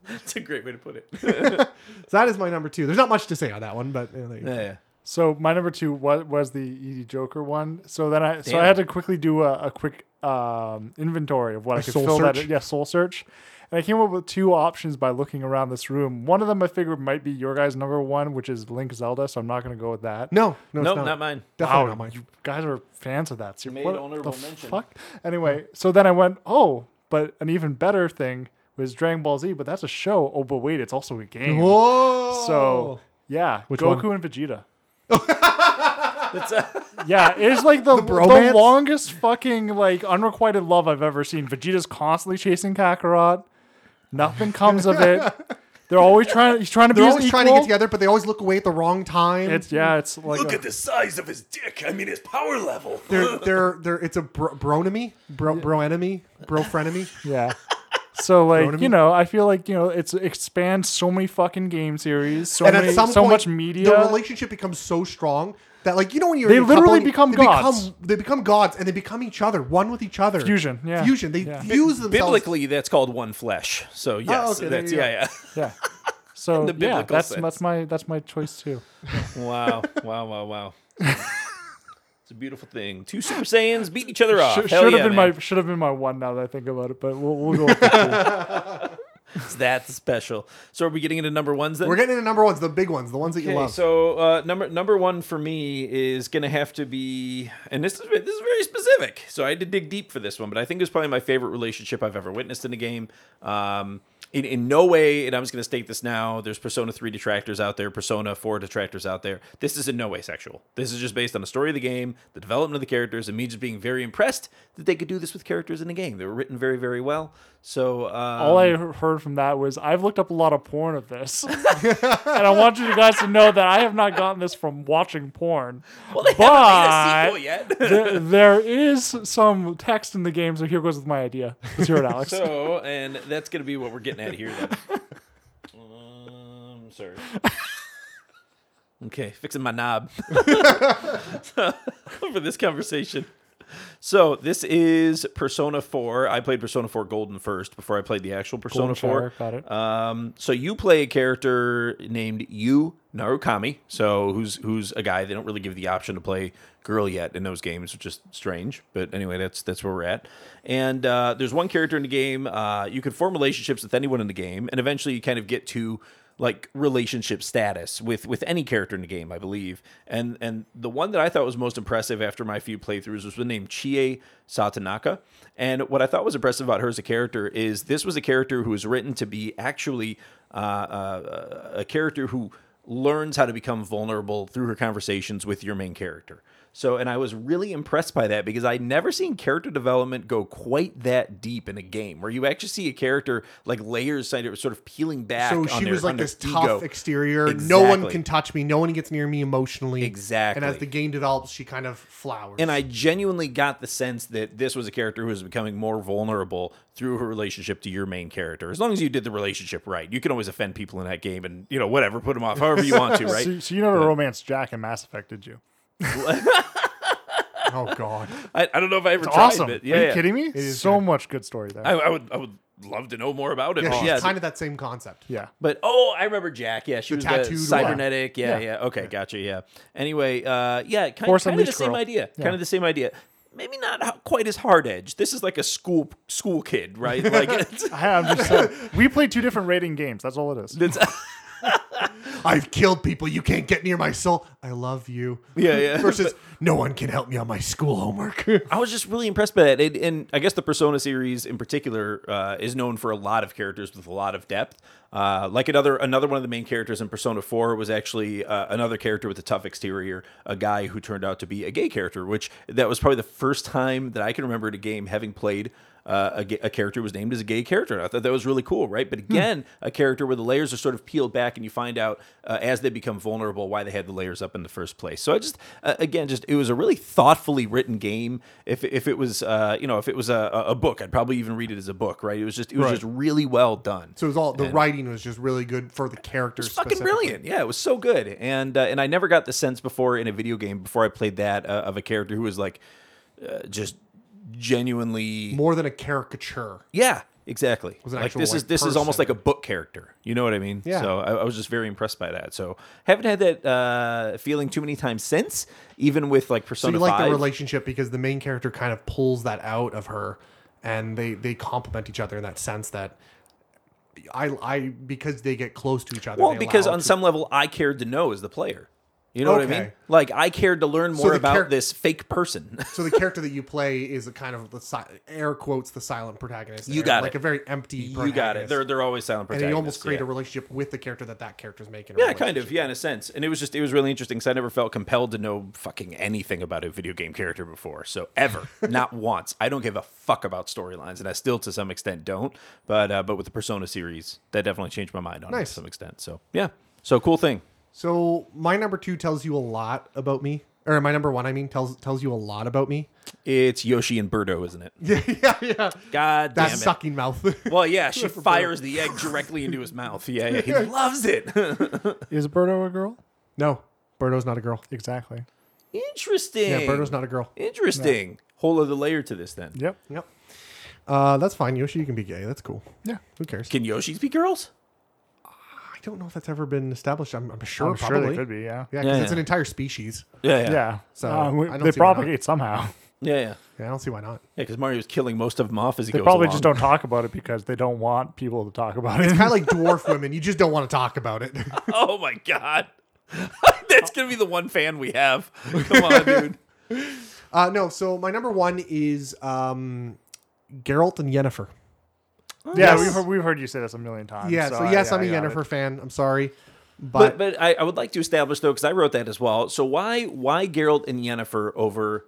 A: It's a great way to put it. Yeah,
B: So that is my number two. There's not much to say on that one, but uh, you know, there you go.
A: yeah.
C: So my number two was, was the Edie Joker one. So then I so
A: Damn.
C: I had to quickly do a, a quick um, inventory of what I could
B: soul
C: fill
B: search?
C: that yeah soul search, and I came up with two options by looking around this room. One of them I figured might be your guys' number one, which is Link Zelda. So I'm not going to go with that.
B: no, no,
A: No,
B: it's not.
A: not mine.
B: Definitely not mine.
C: you guys are fans of that. So
A: Made
C: what
A: honorable
C: the
A: mention.
C: Fuck. Anyway, so then I went oh, but an even better thing was Dragon Ball Z, but that's a show. Oh, but wait, it's also a game.
B: Whoa!
C: So yeah,
B: Which
C: Goku
B: one?
C: and Vegeta.
A: That's a,
C: Yeah, it's like the, the,
B: bromance?
C: longest fucking like unrequited love I've ever seen. Vegeta's constantly chasing Kakarot. Nothing comes of it. They're always trying. He's trying to
B: they're
C: be his
B: always trying to
C: equal.
B: get together, but they always look away at the wrong time.
C: It's yeah. It's like
A: look
C: a-
A: at the size of his dick. I mean, his power level.
B: they're they're they're it's a bro, bronomy, bro, bro enemy, bro frenemy.
C: yeah. So
B: what I
C: like you
B: mean?
C: know, I feel like you know it's expands so many fucking game series, so
B: and
C: many,
B: at some
C: so
B: point,
C: much
B: the
C: media.
B: relationship becomes so strong that, like, you know, when you're
C: They
B: in a
C: literally
B: couple,
C: become
B: they
C: gods.
B: Become, they become gods, and they become each other, one with each other.
C: Fusion, yeah.
B: fusion. They
C: Yeah.
B: fuse themselves. Oh,
A: Biblically, that's called one flesh. So yes,
B: okay, there
A: that's
B: you go.
A: yeah,
C: yeah. So
A: the
C: yeah,
A: biblical
C: that's
A: sense.
C: that's my that's my choice too.
A: yeah. Wow, wow, wow, wow. It's a beautiful thing. Two Super Saiyans beat each other off.
C: Should,
A: Ah, Hell
C: should have
A: yeah,
C: been
A: man.
C: my should have been my one now that I think about it, but we'll we'll go. With the two.
A: That's special. So are we getting into number ones then?
B: We're getting into number ones, the big ones, the ones that you
A: Okay,
B: love.
A: so uh, number number one for me is gonna have to be, and this is this is very specific. So I had to dig deep for this one, but I think it's probably my favorite relationship I've ever witnessed in a game. Um, in, in no way, and I'm just gonna state this now. There's Persona three detractors out there, Persona four detractors out there. This is in no way sexual. This is just based on the story of the game, the development of the characters, and me just being very impressed that they could do this with characters in the game. They were written very very well. So um,
C: All I he- heard from that was I've looked up a lot of porn of this, and I want you guys to know that I have not gotten this from watching porn.
A: well, they
C: but
A: haven't made a sequel yet.
C: there, there is some text in the game, so here goes with my idea. Let's hear it, Alex.
A: So, and that's going to be what we're getting at here then. um, sorry. Okay, fixing my knob for this conversation. So, this is Persona 4. I played Persona 4 Golden first before I played the actual Persona
C: Golden
A: 4.
C: Shower, got it.
A: Um, so you play a character named Yu Narukami, so who's who's a guy they don't really give the option to play girl yet in those games, which is strange. But anyway, that's that's where we're at. And uh, there's one character in the game. Uh, you can form relationships with anyone in the game, and eventually you kind of get to like relationship status with with any character in the game, I believe. And and the one that I thought was most impressive after my few playthroughs was the name Chie Satanaka. And what I thought was impressive about her as a character is this was a character who was written to be actually uh, uh, a character who learns how to become vulnerable through her conversations with your main character. So, and I was really impressed by that because I'd never seen character development go quite that deep in a game where you actually see a character like layers side sort of peeling back.
B: So
A: on
B: she
A: their-
B: was like
A: on their
B: this
A: ego.
B: tough exterior. No one
A: Exactly.
B: can touch me. No one gets near me emotionally.
A: Exactly.
B: And as the game develops, she kind of flowers.
A: And I genuinely got the sense that this was a character who was becoming more vulnerable through her relationship to your main character. As long as you did the relationship right, you can always offend people in that game and, you know, whatever, put them off however you want to, right?
C: So, so you never romanced Jack in Mass Effect, did you?
B: oh god,
A: I, I don't know if I ever
C: It's
A: tried
C: awesome.
A: it. Yeah,
C: Are you
A: yeah.
C: kidding me? so much good story there.
A: I, I would I would love to know more about it.
B: yeah,
A: but
B: she's
A: yeah,
B: kind of that same concept.
C: yeah.
A: But oh, I remember Jack. Yeah, she was the
B: tattooed one.
A: cybernetic. Yeah, yeah, Okay, gotcha. Yeah. Anyway, uh, yeah, kind,
C: Force
A: kind of the
C: Unleashed
A: same
C: girl.
A: idea. Kind of the same idea. Maybe not h- quite as hard edge. This is like a school school kid, right? Like it's,
C: I am just saying, we play two different rating games. That's all it is.
A: it's
B: I've killed people. You can't get near my soul. I love you.
A: yeah, yeah.
B: Versus, no one can help me on my school homework.
A: I was just really impressed by that. And, and I guess the Persona series in particular uh, is known for a lot of characters with a lot of depth. Uh, like another another one of the main characters in Persona 4 was actually uh, another character with a tough exterior, a guy who turned out to be a gay character, which that was probably the first time that I can remember in a game having played uh, a, ga- a character was named as a gay character. And I thought that was really cool, right?
B: Hmm.
A: But again, a character where the layers are sort of peeled back, and you find out uh, as they become vulnerable why they had the layers up in the first place. So I just, uh, again, just it was a really thoughtfully written game. If if it was, uh, you know, if it was a, a book, I'd probably even read it as a book, right? It was just it was just really well done.
B: so it was all the writing was just really good for the characters.
A: Fucking
B: specifically.
A: brilliant! Yeah, it was so good, and uh, and I never got the sense before in a video game before I played that uh, of a character who was like uh, just genuinely
B: More than a caricature.
A: Yeah, exactly.
B: an
A: Like
B: actual,
A: this
B: like,
A: is this is almost
B: person.
A: like a book character. You know what I mean?
B: Yeah.
A: So I, I was just very impressed by that. So haven't had that uh, feeling too many times since, even with like
B: So
A: Persona
B: you like
A: Five.
B: the relationship because the main character kind of pulls that out of her, and they they complement each other in that sense that I I because they get close to each other.
A: well,
B: they
A: because
B: allow
A: on
B: to-
A: some level, I cared to know as the player. You know what I
B: Okay.
A: mean? Like I cared to learn more
B: the
A: about
B: char-
A: this fake person.
B: so the character that you play is a kind of the si- air quotes the silent protagonist.
A: You
B: air-
A: got
B: like
A: it.
B: a very empty.
A: you got it.
B: protagonist.
A: They're they're always silent
B: and
A: protagonists.
B: you almost create
A: yeah.
B: a relationship with the character that that character's making. a
A: Yeah, kind of.
B: relationship.
A: Yeah, in a sense. And it was just, it was really interesting because I never felt compelled to know fucking anything about a video game character before. So, ever. not once. I don't give a fuck about storylines, and I still, to some extent, don't. But uh, but with the Persona series, that definitely changed my mind on it
B: Nice.
A: to some extent. So, yeah. So, cool thing.
B: So my number two tells you a lot about me, or my number one, I mean, tells tells you a lot about me.
A: It's Yoshi and Birdo, isn't it?
B: yeah, yeah, yeah.
A: God
B: That
A: damn it.
B: sucking mouth.
A: Well, yeah, she fires the egg directly into his mouth. Yeah, yeah. He loves it.
C: Is Birdo a girl?
B: No, Birdo's not a girl.
C: Exactly.
A: Interesting.
B: Yeah, Birdo's not a girl.
A: Interesting. Whole other layer to this then.
C: Yep.
B: Yep. Uh, that's fine, Yoshi. You can be gay. That's cool.
C: Yeah.
B: Who cares?
A: Can Yoshis be girls?
B: I don't know if that's ever been established. I'm, I'm sure.
C: I'm
B: probably.
C: sure they could be. Yeah.
B: Yeah, 'cause
A: Yeah,
B: it's
A: yeah.
B: an entire species.
A: Yeah, yeah.
C: Yeah.
B: So,
C: So
B: Um, I don't
C: they
B: see why not.
C: propagate somehow.
A: Yeah, yeah.
B: Yeah, I don't see why not.
A: Yeah, because Mario's killing most of them off as he
C: They
A: goes
C: probably
A: along.
C: just don't talk about it because they don't want people to talk about it.
B: It's kind of like dwarf women. You just don't want to talk about it.
A: Oh my god, that's gonna be the one fan we have. Come on, dude.
B: Uh, no. So my number one is um, Geralt and Yennefer.
C: yeah,
B: Yes.
C: we've heard, we've heard you say this a million times.
B: Yeah. So,
C: I-
B: yes,
C: yeah,
B: I'm a
C: I got
B: Yennefer
C: it.
B: fan. I'm sorry,
A: But
B: but,
A: but I, I would like to establish though, because I wrote that as well. So why why Geralt and Yennefer over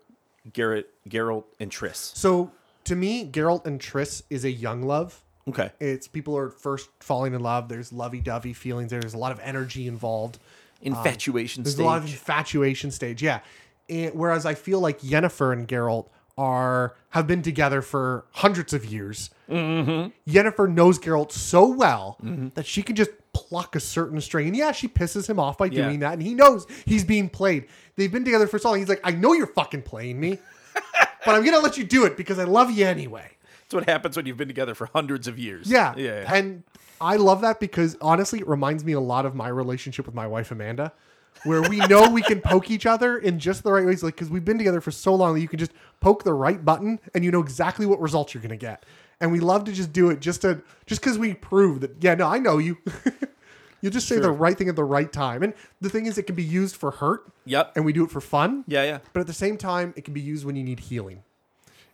A: Garrett Geralt and Triss?
B: so to me, Geralt and Triss is a young love.
A: Okay.
B: It's people are first falling in love. There's lovey-dovey feelings. There's a lot of energy involved.
A: Infatuation
B: There's
A: stage.
B: a lot of infatuation stage, yeah. And whereas I feel like Yennefer and Geralt are have been together for hundreds of years.
A: Mm-hmm.
B: Yennefer knows Geralt so well that she can just pluck a certain string. And yeah, she pisses him off by
A: Yeah.
B: doing that, and he knows he's being played. They've been together for so long. He's like, I know you're fucking playing me, but I'm gonna let you do it because I love you anyway.
A: That's what happens when you've been together for hundreds of years.
B: Yeah.
A: Yeah. yeah.
B: And I love that because honestly, it reminds me a lot of my relationship with my wife, Amanda, where we know we can poke each other in just the right ways. Like, because we've been together for so long that you can just poke the right button and you know exactly what result you're going to get. And we love to just do it just to, just because we prove that, yeah, no, I know you. you just say the right thing at the right time. And the thing is, it can be used for hurt.
A: Yep.
B: And we do it for fun.
A: yeah, yeah.
B: But at the same time, it can be used when you need healing.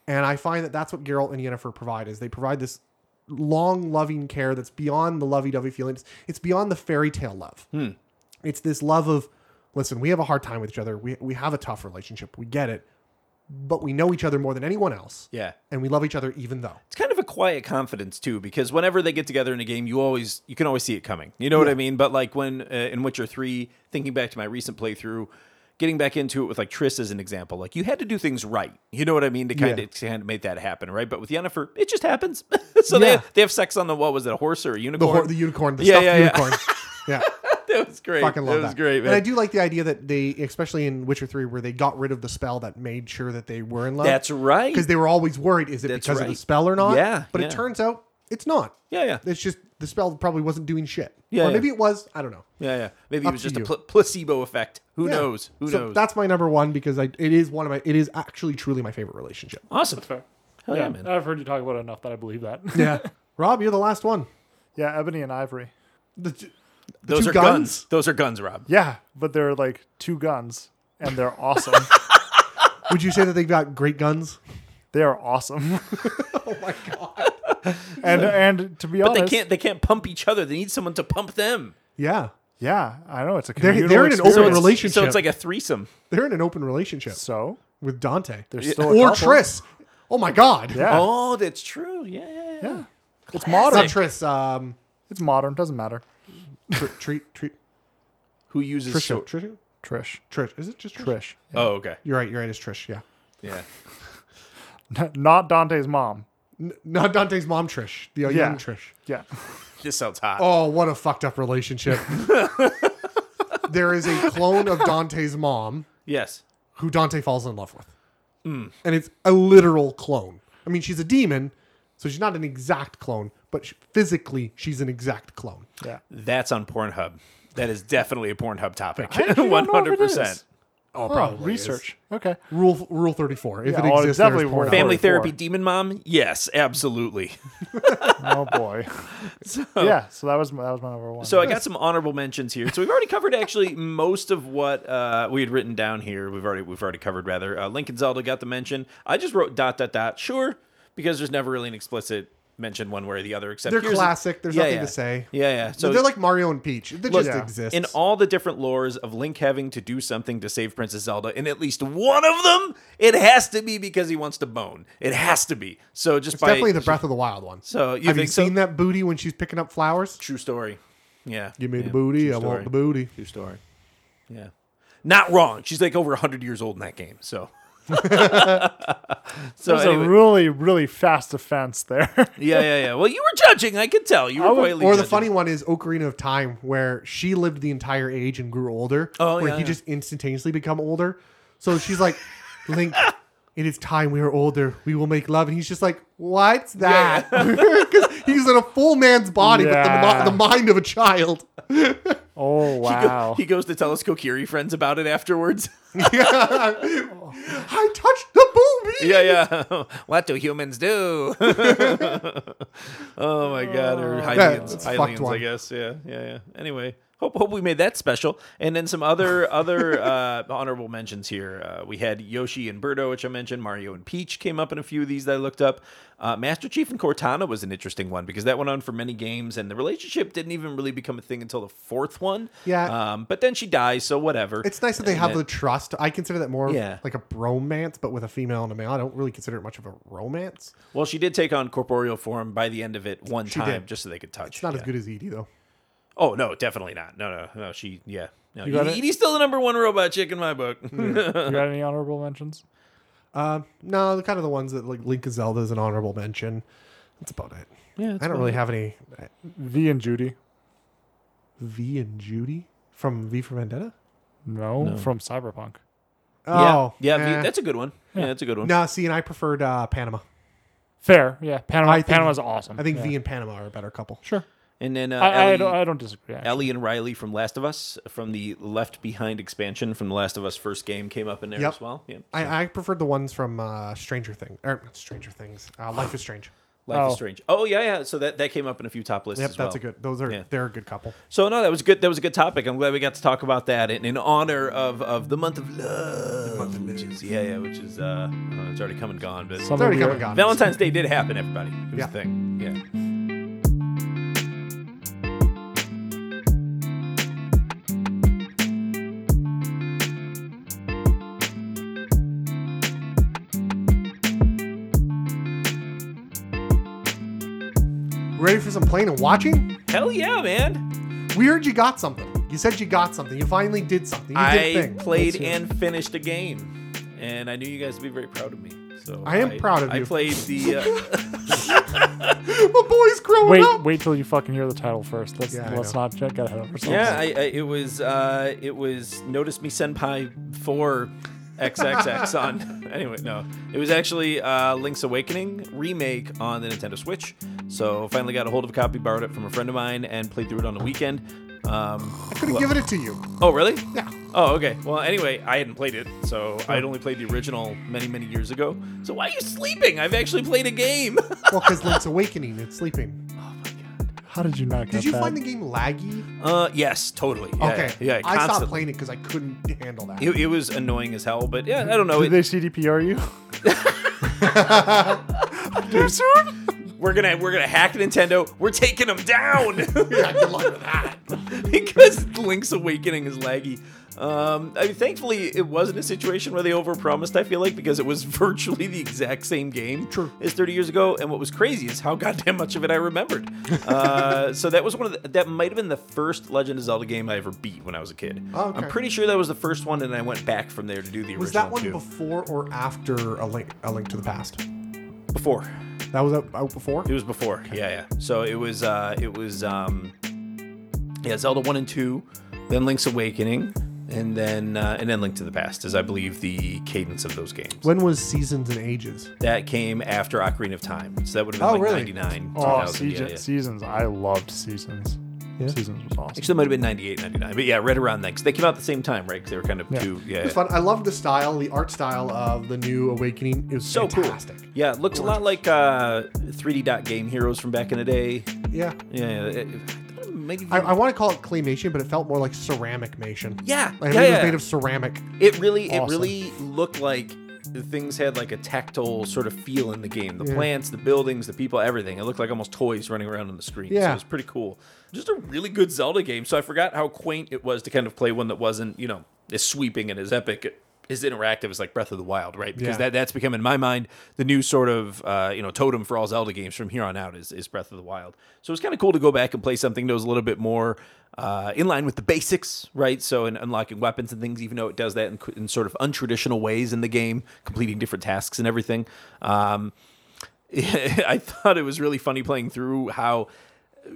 B: And I find that that's what Geralt and Yennefer provide is they provide this long loving care
A: Hmm.
B: that's beyond the lovey-dovey feelings. It's beyond the fairy tale love. It's this love of listen, we have a hard time with each other. We, we have a tough relationship. We get it. But we know each other more than anyone else.
A: Yeah.
B: And we love each other even though.
A: It's kind of a quiet confidence too, because whenever they get together in a game, you always you can always see it coming. You know what I mean? But like when uh, in Witcher Three, thinking back to my recent playthrough, getting back into it with like Triss as an example, like you had to do things right. You know what I mean to kind
B: Yeah.
A: of kind of make that happen, right? But with Yennefer, it just happens. so they
B: Yeah.
A: they have sex on the what was it a horse or a
B: The,
A: unicorn?
B: hor- the unicorn, the
A: Yeah,
B: stuffed
A: yeah, yeah.
B: unicorn. Yeah.
A: that was great.
B: Fucking love
A: that was great, man.
B: And I do like the idea that they, especially in Witcher 3, where they got rid of the spell that made sure that they were in love.
A: That's right.
B: Because they were always worried is it
A: That's
B: because of the
A: right.
B: spell or not?
A: Yeah,
B: But
A: yeah.
B: it turns out it's not.
A: yeah, yeah.
B: It's just the spell probably wasn't doing shit.
A: Yeah,
B: Or
A: yeah.
B: maybe it was. I don't know.
A: Yeah, yeah. Maybe it
B: Up
A: was
B: to
A: just a
B: you.
A: pl- placebo effect. Who
B: Yeah.
A: knows? Who
B: so
A: knows?
B: That's my number one because I, it is one of my. It is actually truly my favorite relationship.
A: awesome.
C: Fair. Uh,
A: Hell Oh, yeah, man.
D: I've heard you talk about it enough that I believe that.
B: Yeah. Rob, you're the last one.
C: Yeah, ebony and ivory.
B: The t-
A: Those
B: two
A: are guns.
B: guns?
A: Those are guns, Rob.
C: Yeah, but they're like two guns, and they're awesome.
B: would you say that they've got great guns?
C: they are awesome. oh my god. and and to be
A: But
C: honest,
A: they can't. They can't pump each other. They need someone to pump them.
B: Yeah.
C: yeah, I know it's a
B: They're,
C: communal
B: they're in an
C: experience.
B: open
A: it's-
B: relationship.
A: So it's like a threesome.
B: they're in an open relationship
C: so
B: with Dante
C: there's still a
B: or
C: couple.
B: Triss. Oh my God.
C: Yeah,
A: Oh, that's true. Yeah, yeah, yeah.
C: yeah. It's
B: Not
C: modern.
B: Triss. Um,
C: It's modern. Doesn't matter.
B: tr- treat treat
A: Who uses?
B: Trisha.
A: so-
B: Trisha.
C: Trish.
B: Trish. Is it just Trish?
C: Trish.
A: oh, okay.
B: You're right. You're right. It's Trish. Yeah.
A: Yeah.
C: Not Dante's mom.
B: N- not Dante's mom, Trish. The young
C: Yeah.
B: Trish.
C: Yeah.
A: This sounds hot.
B: Oh, what a fucked up relationship. there is a clone of Dante's mom
A: Yes.
B: who Dante falls in love with. And it's a literal clone. I mean, she's a demon, so she's not an exact clone, but sh physically, she's an exact clone.
C: Yeah.
A: That's on Pornhub. That is definitely a Pornhub topic.
C: I actually
A: One
C: don't know if it
A: hundred percent.
C: is.
B: Oh,
C: Oh,
B: probably. is.
C: research. Okay.
B: Rule, rule 34. If
C: Yeah,
B: it
C: well, it's
B: exists, there's
C: definitely
B: porn.
C: Pornhub.
A: Family
C: 44.
A: therapy, demon mom. Yes, absolutely.
C: Oh boy. yeah. So that was my, that was my number one.
A: So I got some honorable mentions here. So we've already covered actually most of what uh, we had written down here. We've already we've already covered rather. Uh, Lincoln Zelda got the mention. I just wrote dot dot dot. Sure, because there's never really an explicit mention one way or the other. Except
B: They're
A: here's-
B: classic. There's nothing to say.
A: Yeah, yeah. So
B: So they're like Mario and Peach. They just
C: yeah.
B: exist.
A: in all the different lores of Link having to do something to save Princess Zelda, in at least one of them, it has to be because he wants to bone. It has to be. So just by
B: definitely the Breath of the Wild one.
A: So you
B: Have you
A: think so?
B: seen that booty when she's picking up flowers?
A: true story. Yeah.
B: Give me
A: Yeah.
B: the booty.
A: True
B: I
A: story.
B: want the booty.
A: True story. Yeah. Not wrong. She's like over 100 years old in that game. So. so
C: that was
A: anyway.
C: a really really fast offense there.
A: yeah, yeah, yeah. Well, you were judging. I could tell. You were
C: would-
A: royally
B: Or the
A: judging.
B: funny one is Ocarina of Time, where she lived the entire age and grew older.
A: Oh,
B: where
A: yeah,
B: he
A: yeah.
B: just instantaneously become older. So she's like, Link, it is time we are older. We will make love. And he's just like, What's that? Because he's in a full man's body
C: Yeah.
B: with the, mi- the mind of a child.
C: Oh
A: He go-
C: wow.
A: He goes to tell his Kokiri friends about it afterwards.
B: I touched the booby.
A: yeah, yeah. what do humans do? oh my god, or Hylians,
B: it's a Uh,
A: Hylians,
B: fucked
A: I
B: one.
A: guess. Yeah, yeah, yeah. Anyway, hope hope we made that special. And then some other other uh, honorable mentions here. Uh, we had Yoshi and Birdo, which I mentioned. Mario and Peach came up in a few of these that I looked up. Uh, Master Chief and Cortana was an interesting one because that went on for many games, and the relationship didn't even really become a thing until the fourth one.
B: Yeah.
A: Um, but then she dies, so whatever.
B: It's nice that they
A: And
B: have
A: then-
B: the trust. I consider that more of
A: Yeah.
B: like a bromance, but with a female and a male. I don't really consider it much of a romance.
A: Well, she did take on corporeal form by the end of it one
B: She
A: time,
B: did.
A: just so they could touch.
B: It's not
A: yeah.
B: as good as Edie though.
A: Oh no, definitely not. No, no, no. She, yeah, no.
C: got
A: Edie-
C: it?
A: Edie's still the number one robot chick in my book.
C: you got any honorable mentions?
B: Um, no, the kind of the ones that like Link of Zelda is an honorable mention. That's about it.
A: yeah,
B: I don't really have any uh,
C: V and Judy.
B: V and Judy from V for Vendetta.
C: No, from Cyberpunk.
A: Oh, yeah, yeah,
B: eh.
A: that's a good one. Yeah, that's a good one.
B: no. See, and I preferred uh, Panama.
C: Fair. Yeah.
B: I
C: Panama.
B: think-
C: Panama's awesome.
B: I think
C: yeah.
B: V and Panama are a better couple.
C: Sure.
A: And then uh,
C: I, I,
A: Ellie,
C: don't, I don't disagree. actually.
A: Ellie and Riley from Last of Us, from the Left Behind expansion from the Last of Us first game, came up in there
B: Yep.
A: as well. Yeah,
B: I, I preferred the ones from uh, Stranger Things or not Stranger Things. Uh, Life is Strange.
A: Life is
C: Oh.
A: Strange. Oh yeah, yeah. So that, that came up in a few top lists.
B: Yep,
A: as
B: that's
A: well.
B: a good. Those are
A: Yeah.
B: they're a good couple.
A: So no, that was good. That was a good topic. I'm glad we got to talk about that in, in honor of, of the month of love. which is yeah, yeah, which is uh, I don't know, it's already come and gone, but
B: It's
C: Some
B: already come
C: of your-
B: and gone.
A: Valentine's Day did happen. Everybody, it was
B: Yeah.
A: a thing. Yeah.
B: ready for some playing and watching?
A: Hell yeah, man!
B: We heard you got something. You said you got something. You finally did something. You did
A: I
B: things.
A: played
C: Let's hear
A: and finished a game, and I knew you guys would be very proud of me. So
B: I am proud of
A: I
B: you.
A: played the. Uh,
B: My boy's growing
C: Wait,
B: up.
C: wait till you fucking hear the title first. Let's
B: Yeah, I
C: let's
B: know.
C: not get ahead of ourselves.
A: yeah, I, I, it was. Uh, it was notice me senpai four. XXX on. Anyway, no. It was actually uh, Link's Awakening remake on the Nintendo Switch. So finally got a hold of a copy, borrowed it from a friend of mine, and played through it on the weekend. Um,
B: I could have given it to you.
A: Oh, really?
B: Yeah.
A: Oh, okay. Well, anyway, I hadn't played it, so I had only played the original many, many years ago. So why are you sleeping? I've actually played a game.
B: Well, because Link's awakening. It's sleeping.
C: How did you not get
B: Did you
C: that?
B: find the game laggy?
A: uh, yes, totally. Yeah,
B: okay.
A: Yeah,
B: I stopped
A: constantly.
B: playing it because I couldn't handle that.
A: It, it was annoying as hell, but yeah, I don't know.
C: Did
A: Oh, It, Oh,
C: they CDPR you? Too soon?
A: we're gonna we're gonna hack Nintendo. We're taking them down.
B: yeah, good luck with that.
A: because Link's Awakening is laggy. Um, I mean, thankfully, it wasn't a situation where they overpromised. I feel like because it was virtually the exact same game
B: True.
A: as 30 years ago. And what was crazy is how goddamn much of it I remembered. uh, so that was one of the, that might have been the first Legend of Zelda game I ever beat when I was a kid.
B: Oh, okay.
A: I'm pretty sure that was the first one, and I went back from there to do the
B: Was
A: original
B: that one
A: two.
B: before or after a link? A link to the past.
A: before?
B: That was out, out before.
A: It was before. Yeah, yeah. So it was uh it was um yeah, Zelda 1 and 2, then Link's Awakening, and then uh, and then Link to the Past is I believe the cadence of those games.
B: When was Seasons and Ages?
A: That came after Ocarina of Time. So that would have been
B: Oh,
A: like
B: really?
A: 99,
C: Oh,
A: 2000. Yeah,
C: season,
A: yeah.
C: seasons. I loved seasons.
B: Yeah.
C: Seasons was awesome.
A: Actually, it might have been 98, 99. But yeah, right around then. 'cause they came out at the same time, right? Because they were kind of
C: Yeah.
A: two. Yeah.
B: It was fun. I love the style, the art style of the new Awakening. It was
A: So
B: fantastic.
A: cool. Yeah, it looks a lot like uh, 3D Dot Game Heroes from back in the day.
B: Yeah.
A: Yeah. It, it, maybe
B: I, I want to call it claymation, but it felt more like ceramic mation.
A: yeah.
B: Like
A: yeah,
B: it was
A: yeah.
B: made of ceramic.
A: It really, it
C: Awesome.
A: really looked like things had like a tactile sort of feel in the game. The
B: Yeah.
A: plants, the buildings, the people, everything. It looked like almost toys running around on the screen. so
B: Yeah.
A: it was pretty cool. Just a really good Zelda game. So I forgot how quaint it was to kind of play one that wasn't, you know, as sweeping and as epic. As interactive as like Breath of the Wild, right? Because
B: Yeah.
A: that that's become in my mind the new sort of uh, you know totem for all Zelda games from here on out is, is Breath of the Wild. So it's kind of cool to go back and play something that was a little bit more uh, in line with the basics, right? So in unlocking weapons and things, even though it does that in, in sort of untraditional ways in the game, completing different tasks and everything. Um, I thought it was really funny playing through how,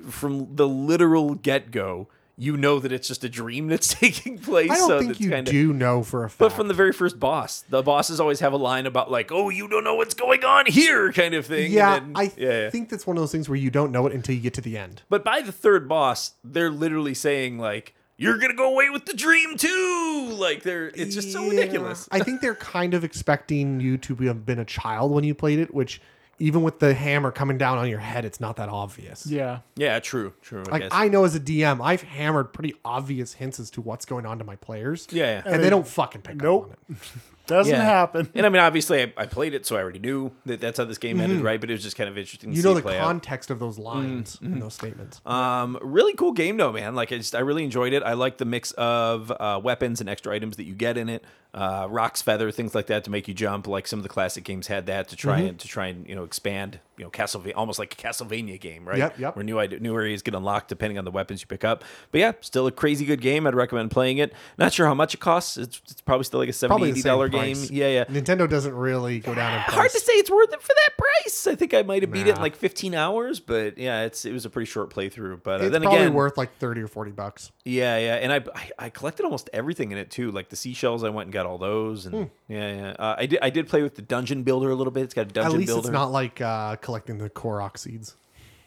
A: from the literal get go, you know that it's just a dream that's taking place.
B: I don't
A: so
B: think
A: that's
B: you
A: kinda,
B: do know for a fact.
A: But from the very first boss, the bosses always have a line about like, "Oh, you don't know what's going on here," kind of thing.
B: yeah,
A: and then-
B: I think that's one of those things where you don't know it until you get to the end.
A: But by the third boss, they're literally saying like, "You're gonna go away with the dream too." Like they're, it's just so
B: Yeah.
A: ridiculous.
B: I think they're kind of expecting you to be- have been a child when you played it, which even with the hammer coming down on your head, it's not that obvious.
C: Yeah.
A: Yeah, true, true. I
B: Like
A: guess.
B: I know as a DM, I've hammered pretty obvious hints as to what's going on to my players.
A: Yeah, yeah.
B: And, they, don't fucking pick up
C: Nope.
B: on it.
C: Doesn't
A: Yeah.
C: happen.
A: And I mean, obviously, I, I played it, so I already knew that that's how this game ended, right? But it was just kind of interesting. To
B: Mm-hmm. You
A: see
B: know the
A: play out.
B: context of
A: Mm,
B: those lines
A: mm-hmm.
B: and those statements.
A: Um, really cool game though, man. Like I just, I really enjoyed it. I like the mix of uh, weapons and extra items that you get in it. Uh, rocks, feather, things like that to make you jump. Like some of the classic games had that to
B: Mm-hmm.
A: try and to try and you know expand. You know, Castlevania, almost like a Castlevania game, right?
B: Yep, yep.
A: Where new ide- new areas get unlocked depending on the weapons you pick up. But yeah, still a crazy good game. I'd recommend playing it. Not sure how much it costs. It's, it's probably still like a 70
B: Probably the
A: 80
B: same
A: dollar game.
B: price.
A: Yeah, yeah.
B: Nintendo doesn't really go down in price.
A: Hard to say it's worth it for that price. I think I might have beat it in
B: Nah.
A: like 15 hours, but yeah, it's it was a pretty short playthrough. But uh,
B: It's
A: then
B: probably
A: again,
B: worth like thirty or forty bucks.
A: yeah, yeah, and I, I I collected almost everything in it too. Like the seashells, I went and got all those,
B: Hmm.
A: and yeah, yeah. Uh, I did I did play with the dungeon builder a little bit. It's got a
B: At
A: dungeon
B: least
A: builder.
B: it's not like uh, collecting the Korok seeds.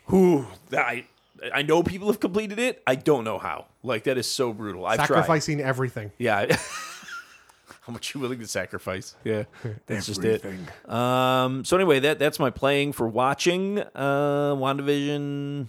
A: Who I I know people have completed it. I don't know how. Like that is so brutal. I've tried.
B: Sacrificing everything.
A: Yeah. How much you willing to sacrifice? Yeah, that's just it. Um, so anyway, that that's my playing for watching uh, WandaVision.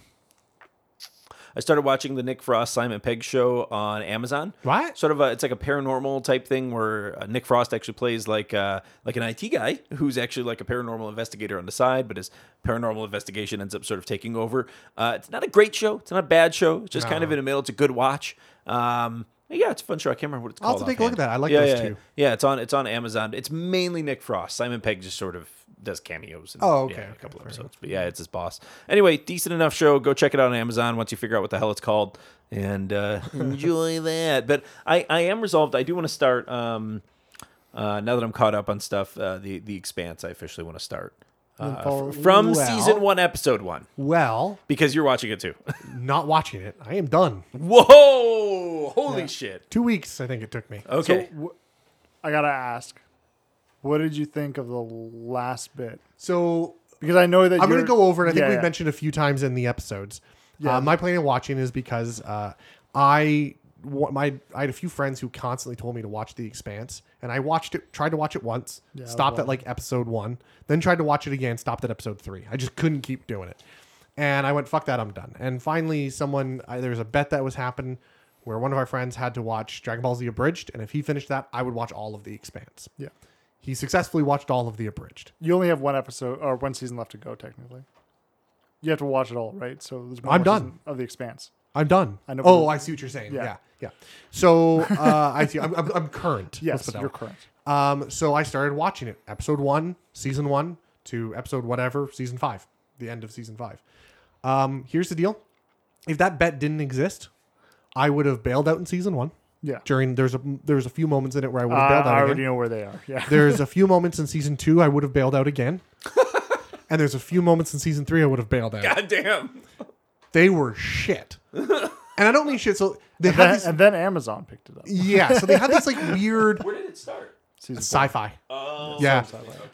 A: I started watching the Nick Frost Simon Pegg show on Amazon.
B: What?
A: Sort of a, it's like a paranormal type thing where uh, Nick Frost actually plays like uh, like an IT guy who's actually like a paranormal investigator on the side, but his paranormal investigation ends up sort of taking over. Uh, it's not a great show. It's not a bad show. It's just kind of in the middle. It's a good watch. Um, Yeah, it's a fun show. I can't remember what it's
B: I'll
A: called.
B: have to take a look
A: offhand.
B: at that. I like
A: yeah,
B: those
A: yeah,
B: two.
A: Yeah. it's on it's on Amazon. It's mainly Nick Frost. Simon Pegg just sort of does cameos. And,
B: Oh, okay,
A: yeah,
B: okay,
A: a couple
B: fair
A: episodes, but yeah, it's his boss. Anyway, decent enough show. Go check it out on Amazon once you figure out what the hell it's called and uh, enjoy that. But I I am resolved. I do want to start. Um, uh, now that I'm caught up on stuff, uh, the the Expanse. I officially want to start uh,
B: follow-
A: f- from
B: well-
A: season one, episode one,
B: Well,
A: because you're watching it too.
B: not watching it. I am done.
A: Whoa! Holy shit!
B: Two weeks, I think it took me.
A: Okay.
C: So, wh- I gotta ask, what did you think of the last bit?
B: So
C: Because I know that
B: I'm going
C: you're-
B: to go over it. I think
C: Yeah,
B: we've
C: yeah.
B: mentioned a few times in the episodes. Uh, my plan in watching is because uh, I wa- my I had a few friends who constantly told me to watch The Expanse, and I watched it, tried to watch it once, stopped at like episode one, then tried to watch it again, stopped at episode three. I just couldn't keep doing it, and I went fuck that, I'm done. And finally, someone I, there was a bet that was happening where one of our friends had to watch Dragon Ball Z abridged, and if he finished that, I would watch all of The Expanse.
C: Yeah,
B: He successfully watched all of the abridged.
C: you only have one episode or one season left to go. Technically, you have to watch it all, right? So there's one
B: I'm
C: more
B: done.
C: season of the Expanse.
B: I'm done.
C: I know-
B: Oh, I see what you're saying. Yeah,
C: Yeah.
B: yeah. So uh, I see. I'm, I'm, I'm current. Let's
C: Yes,
B: put it that
C: you're
B: way.
C: correct.
B: Um, so I started watching it, episode one, season one to episode whatever, season five, the end of season five. Um, here's the deal: if that bet didn't exist, I would have bailed out in season one.
C: Yeah,
B: During there's a there's a few moments in it where I would
C: I,
B: have bailed
C: I
B: out.
C: already
B: again.
C: know where they are. Yeah,
B: There's a few moments in season two I would have bailed out again. and there's a few moments in season three I would have bailed out
A: God damn.
B: they were shit. and I don't mean shit. So they had
C: Then-
B: these,
C: and then Amazon picked it up.
B: yeah. So they had these like weird
A: Where did it start?
C: Season four.
B: sci-fi.
A: Oh,
B: yeah.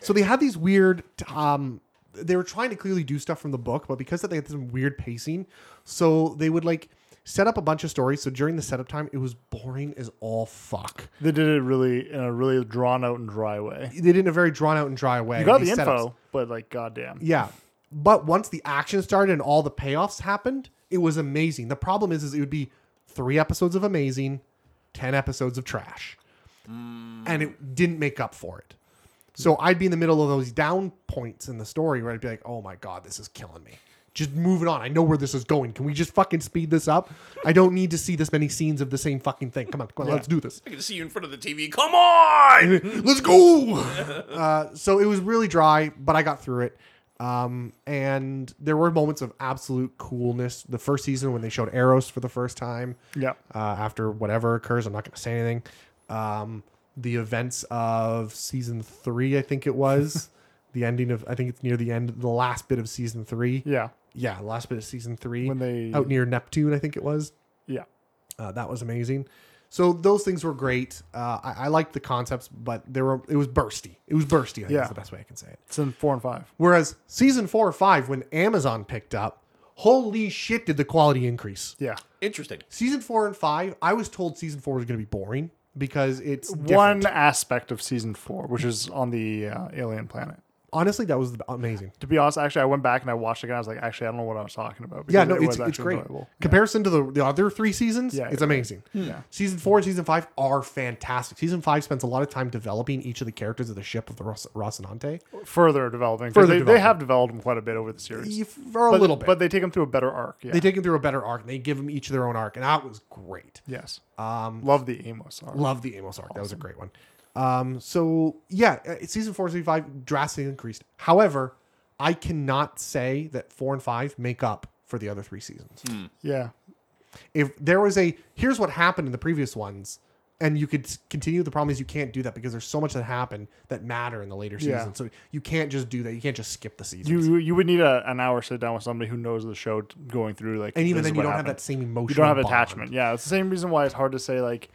B: So they had these weird. Um, they were trying to clearly do stuff from the book, but because they had some weird pacing, so they would like set up a bunch of stories. So during the setup time, it was boring as all fuck.
C: They did it really in a really drawn out and dry way.
B: They did it in a very drawn out and dry way.
C: You got the
B: These setups.
C: info, but like, goddamn.
B: Yeah. But once the action started and all the payoffs happened, it was amazing. The problem is, is it would be three episodes of amazing, ten episodes of trash. And it didn't make up for it. So I'd be in the middle of those down points in the story where I'd be like, oh my God, this is killing me. Just moving on. I know where this is going. Can we just fucking speed this up? I don't need to see this many scenes of the same fucking thing. Come on, come on let's do this.
A: I can see you in front of the TV. Come on!
B: Let's go. uh, so it was really dry, but I got through it. Um, and there were moments of absolute coolness. The first season when they showed Eros for the first time
C: Yeah.
B: uh, after whatever occurs. I'm not going to say anything. Um, the events of season three, I think it was the ending of. I think it's near the end, the last bit of season three.
C: Yeah.
B: Yeah, last bit of season three
C: When they-
B: out near Neptune, I think it was.
C: Yeah.
B: Uh, that was amazing. So those things were great. Uh, I, I liked the concepts, but there were it was bursty. It was bursty. I think
C: Yeah.
B: is the best way I can say it.
C: It's in four and five.
B: Whereas season four or five, when Amazon picked up, holy shit, did the quality increase?
C: Yeah.
A: Interesting.
B: Season four and five, I was told season four was going to be boring because it's
C: One
B: different.
C: aspect of season four, which is on the uh, alien planet.
B: Honestly, that was amazing.
C: To be honest, actually, I went back and I watched it again. I was like, actually, I don't know what I was talking about.
B: Yeah,
C: because
B: no,
C: it
B: it's,
C: was
B: it's
C: actually
B: great.
C: enjoyable.
B: Comparison to the, the other three seasons,
C: Yeah,
B: it's
C: you're right. Hmm.
B: amazing.
C: Yeah.
B: Season four and season five are fantastic. Season five spends a lot of time developing each of the characters of the ship of the Ros- Rocinante.
C: Further developing. 'cause
B: Further
C: they, they
B: developing.
C: have developed them quite a bit over the series.
B: You- For a
C: but,
B: little bit.
C: But they take them through a better arc. Yeah.
B: they take him through a better arc and they give him each their own arc and that was great
C: yes. Um, Love the Amos arc.
B: love the amos arc that was a great one um so yeah uh, season four season five drastically increased however i cannot say that four and five make up for the other three seasons
C: Hmm. yeah.
B: if there was a here's what happened in the previous ones and you could s- continue the problem is you can't do that because there's so much that happened that matter in the later
C: Yeah.
B: season so you can't just do that you can't just skip the seasons
C: You you would need a, an hour sit down with somebody who knows the show t- going through like
B: and even
C: this
B: then
C: is
B: you
C: what
B: don't have
C: happened.
B: that same emotion
C: you don't have attachment. Yeah, it's the same reason why it's hard to say like,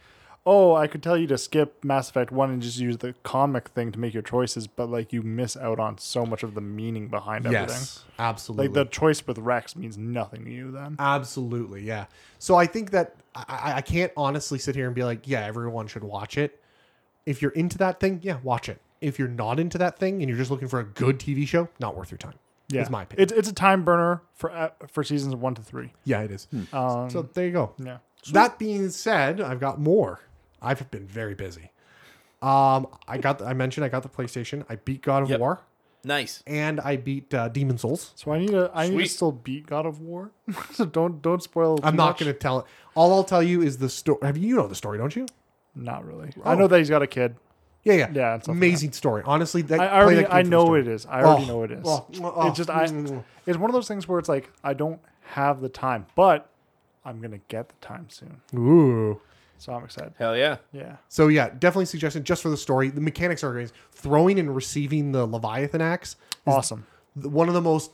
C: oh, I could tell you to skip Mass Effect One and just use the comic thing to make your choices, but like you miss out on so much of the meaning behind everything.
B: yes absolutely
C: Like the choice with Rex means nothing to you then.
B: Absolutely, yeah. So I think that I- I, I can't honestly sit here and be like, yeah, everyone should watch it. If you're into that thing, yeah, watch it. If you're not into that thing and you're just looking for a good TV show, not worth your time.
C: Yeah,
B: is my opinion.
C: It's it's a time burner for uh, for seasons one to three.
B: yeah, it is.
C: Um,
B: so there you go.
C: yeah,
B: That being said, I've got more. I've been very busy. Um, I got. The, I mentioned I got the PlayStation. I beat God of
A: Yep.
B: War.
A: Nice.
B: and I beat uh, Demon Souls.
C: So I need to I need
A: Sweet.
C: to still beat God of War. so don't don't spoil.
B: I'm
C: too
B: not
C: much.
B: going to tell it. All I'll tell you is the story. Have you, you know the story, don't you?
C: Not really. I know that he's got a kid.
B: Yeah, yeah,
C: Yeah, it's something
B: Oh. Amazing story. Honestly, that
C: I, I
B: play
C: already
B: that game
C: I
B: for the
C: know
B: story.
C: it is. I already
B: Oh,
C: know it is.
B: oh, oh,
C: it's just I.
B: mm.
C: It's one of those things where it's like I don't have the time, but I'm gonna get the time soon.
B: Ooh.
C: So I'm excited.
A: Hell yeah.
C: Yeah.
B: So yeah, definitely suggested just for the story. The mechanics are great. Throwing and receiving the Leviathan axe is
C: Awesome.
B: th- one of the most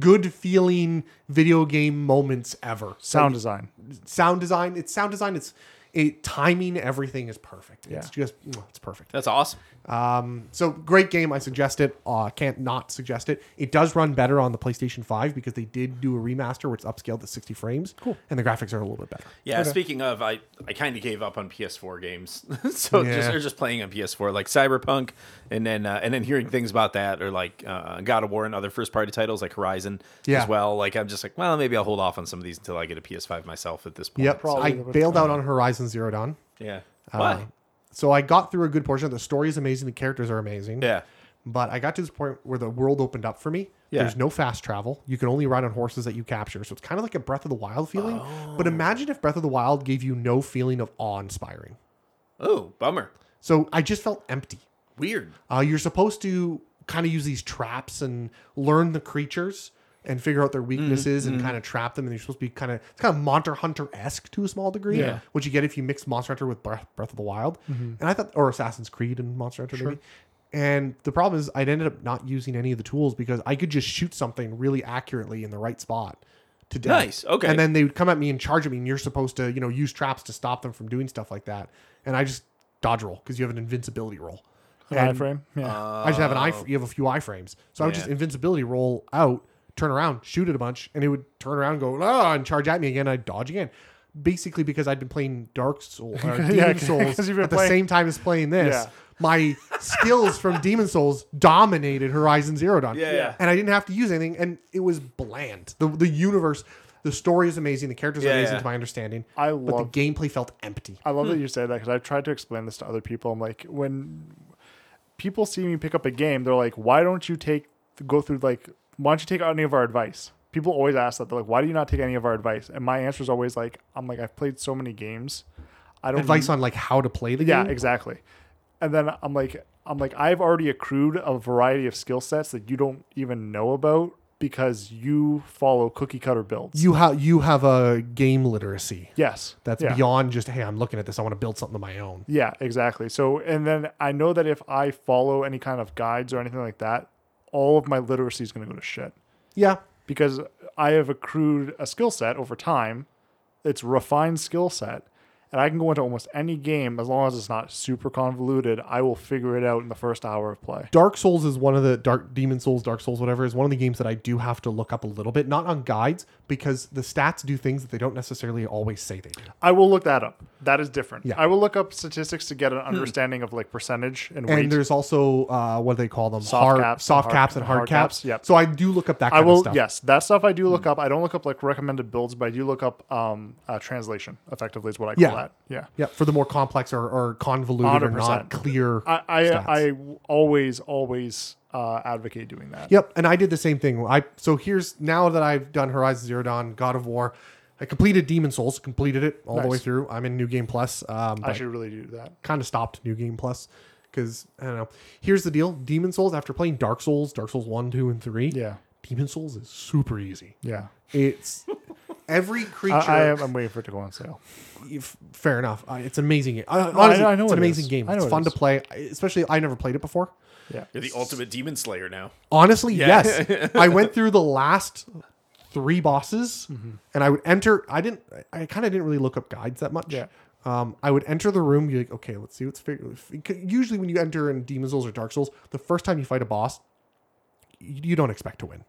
B: good feeling video game moments ever.
C: Sound design.
B: Like, sound design. It's sound design. It's it timing. Everything is perfect. It's
C: Yeah.
B: just mwah, it's perfect.
A: That's awesome.
B: Um, so great game. I suggest it. Uh, can't not suggest it. It does run better on the PlayStation 5 because they did do a remaster where it's upscaled to 60 frames. Cool. And the graphics are a little bit better.
A: Yeah, speaking of, I, I kind of gave up on PS4 games, so just
B: Yeah.
A: or just playing on PS4 like Cyberpunk, and then uh, and then hearing things about that or like uh, God of War and other first party titles like Horizon
B: Yeah.
A: as well. Like I'm just like, well, maybe I'll hold off on some of these until I get a PS5 myself at this point.
B: Yep.
A: So,
C: Probably
B: I
C: the-
B: bailed out on Horizon Zero Dawn.
A: yeah.
B: Uh,
A: Why?
B: so I got through a good portion. The story is amazing. The characters are amazing.
A: Yeah.
B: But I got to this point where the world opened up for me.
A: Yeah.
B: There's no fast travel. You can only ride on horses that you capture. So it's kind of like a Breath of the Wild feeling.
A: Oh.
B: But imagine if Breath of the Wild gave you no feeling of awe inspiring.
A: Oh, bummer.
B: So I just felt empty.
A: Weird.
B: Uh, you're supposed to kind of use these traps and learn the creatures and figure out their weaknesses
A: Mm-hmm.
B: and kind of trap them. And you're supposed to be kind of it's kind of Monster Hunter esque to a small degree,
C: Yeah.
B: which you get if you mix Monster Hunter with Breath, Breath of the Wild,
A: Mm-hmm.
B: and I thought or Assassin's Creed and Monster Hunter maybe. And the problem is, I'd ended up not using any of the tools because I could just shoot something really accurately in the right spot to death.
A: Nice, okay.
B: And then they would come at me and charge at me, and you're supposed to, you know, use traps to stop them from doing stuff like that. And I just dodge roll because you have an invincibility roll.
C: An iframe.
B: uh,
C: Yeah.
B: I just have an eye. You have a few iframes, so I would
A: Yeah.
B: just invincibility roll out, turn around, shoot it a bunch, and it would turn around, and go ah, and charge at me again. I'd dodge again, basically because I'd been playing Dark Souls, or Demon
C: Yeah, 'cause
B: Souls
C: you've been
B: at the
C: playing-
B: same time as playing this.
C: Yeah.
B: My skills from Demon Souls dominated Horizon Zero Dawn,
A: Yeah, yeah.
B: and I didn't have to use anything, and it was bland. the The universe, the story is amazing, the characters are
A: Yeah,
B: amazing
A: yeah.
B: to my understanding,
C: I
B: but
C: love
B: the hmm. gameplay felt empty.
C: I love that you say that because I've tried to explain this to other people. I'm like, when people see me pick up a game, they're like, why don't you take go through like why don't you take any of our advice? People always ask that. They're like, why do you not take any of our advice? And my answer is always like, I'm like, I've played so many games. I don't
B: Advice on like how to play the
C: Yeah,
B: game.
C: exactly. And then I'm like, I'm like, I've already accrued a variety of skill sets that you don't even know about because you follow cookie cutter builds.
B: You have you have a game literacy.
C: yes,
B: that's
C: yeah.
B: beyond just hey i'm looking at this i want to build something of my own
C: Yeah, exactly. So, and then I know that if I follow any kind of guides or anything like that, all of my literacy is going to go to shit
B: yeah
C: because I have accrued a skill set over time. It's refined skill set, and I can go into almost any game as long as it's not super convoluted. I will figure it out in the first hour of play.
B: dark souls is one of the dark demon souls dark souls whatever is one of the games that i do have to look up a little bit not on guides because the stats do things that they don't necessarily always say they do
C: I will look that up. That is different.
B: Yeah.
C: I will look up statistics to get an understanding of like percentage Hmm. and
B: and
C: weight.
B: there's also uh, what do they call them
C: Soft caps and
B: soft
C: hard-
B: caps and hard,
C: hard
B: caps,
C: caps, yep.
B: so i do look up that
C: I
B: kind of
C: will
B: stuff
C: yes, that stuff Hmm. I do look up. I don't look up like recommended builds, but I do look up um uh, translation. Effectively is what I call
B: Yeah.
C: that. Yeah.
B: yeah for the more complex or, or convoluted or not
C: 100%.
B: clear
C: I I,
B: Stats.
C: I w- always always uh, advocate doing that.
B: Yep, and I did the same thing. I so here's now that I've done Horizon Zero Dawn, God of War, I completed Demon Souls, completed it all the
C: Nice.
B: way through. I'm in New Game Plus. Um,
C: I should really do that.
B: kind of stopped New Game Plus because I don't know. Here's the deal: Demon Souls. After playing Dark Souls, Dark Souls One, Two, and Three,
C: Yeah.
B: Demon Souls is super easy.
C: Yeah.
B: It's every creature.
C: I, I am, I'm waiting for it to go on sale.
B: If- fair enough. Uh, it's amazing. I, honestly,
C: I- I know
B: it's an
C: it
B: amazing
C: is.
B: game.
C: I know
B: It's
C: it
B: fun to
C: is.
B: play. I- Especially, I never played it before.
C: Yeah.
A: You're the ultimate demon slayer now.
B: Honestly,
A: Yeah.
B: yes. I went through the last three bosses
C: Mm-hmm.
B: and I would enter. I didn't, I kind of didn't really look up guides that much.
C: Yeah.
B: Um, I would enter the room, be like, okay, let's see what's figured. Usually, when you enter in Demon Souls or Dark Souls, the first time you fight a boss, you, you don't expect to win.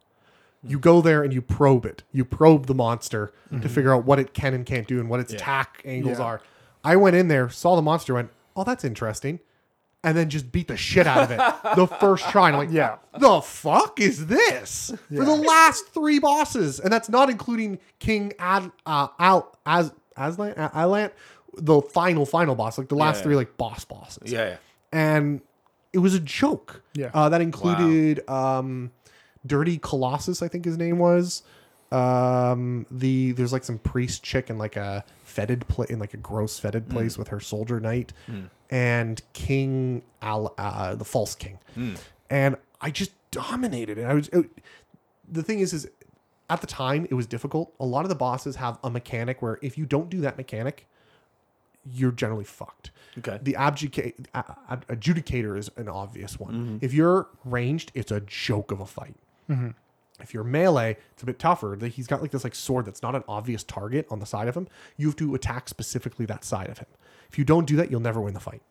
C: Mm.
B: You go there and you probe it. You probe the monster to figure out what it can and can't do and what its attack angles
C: Mm-hmm. Yeah.
B: are. I went in there, saw the monster, went, oh, that's interesting. And then just beat the shit out of it the first try. And I'm like,
C: Yeah.
B: the fuck is this for the last three bosses and that's not including king ad uh, al as aslan uh, A- Alant, the final final boss like the last
A: Yeah.
B: three like boss bosses
A: Yeah.
B: and it was a joke.
C: Yeah.
B: Uh, that included um, Dirty Colossus, I think his name was. Um, the there's like some priest chick in like a fetid place in like a gross fetid place with her soldier knight and King Al uh, the false king, and I just dominated it. I was it, the thing is is at the time it was difficult. A lot of the bosses have a mechanic where if you don't do that mechanic, you're generally fucked.
A: Okay.
B: The abdicate, a- a- adjudicator is an obvious one. If you're ranged, it's a joke of a fight. If you're melee, it's a bit tougher. Like, He's got like this like sword that's not an obvious target on the side of him. You have to attack specifically that side of him. If you don't do that, you'll never win the fight.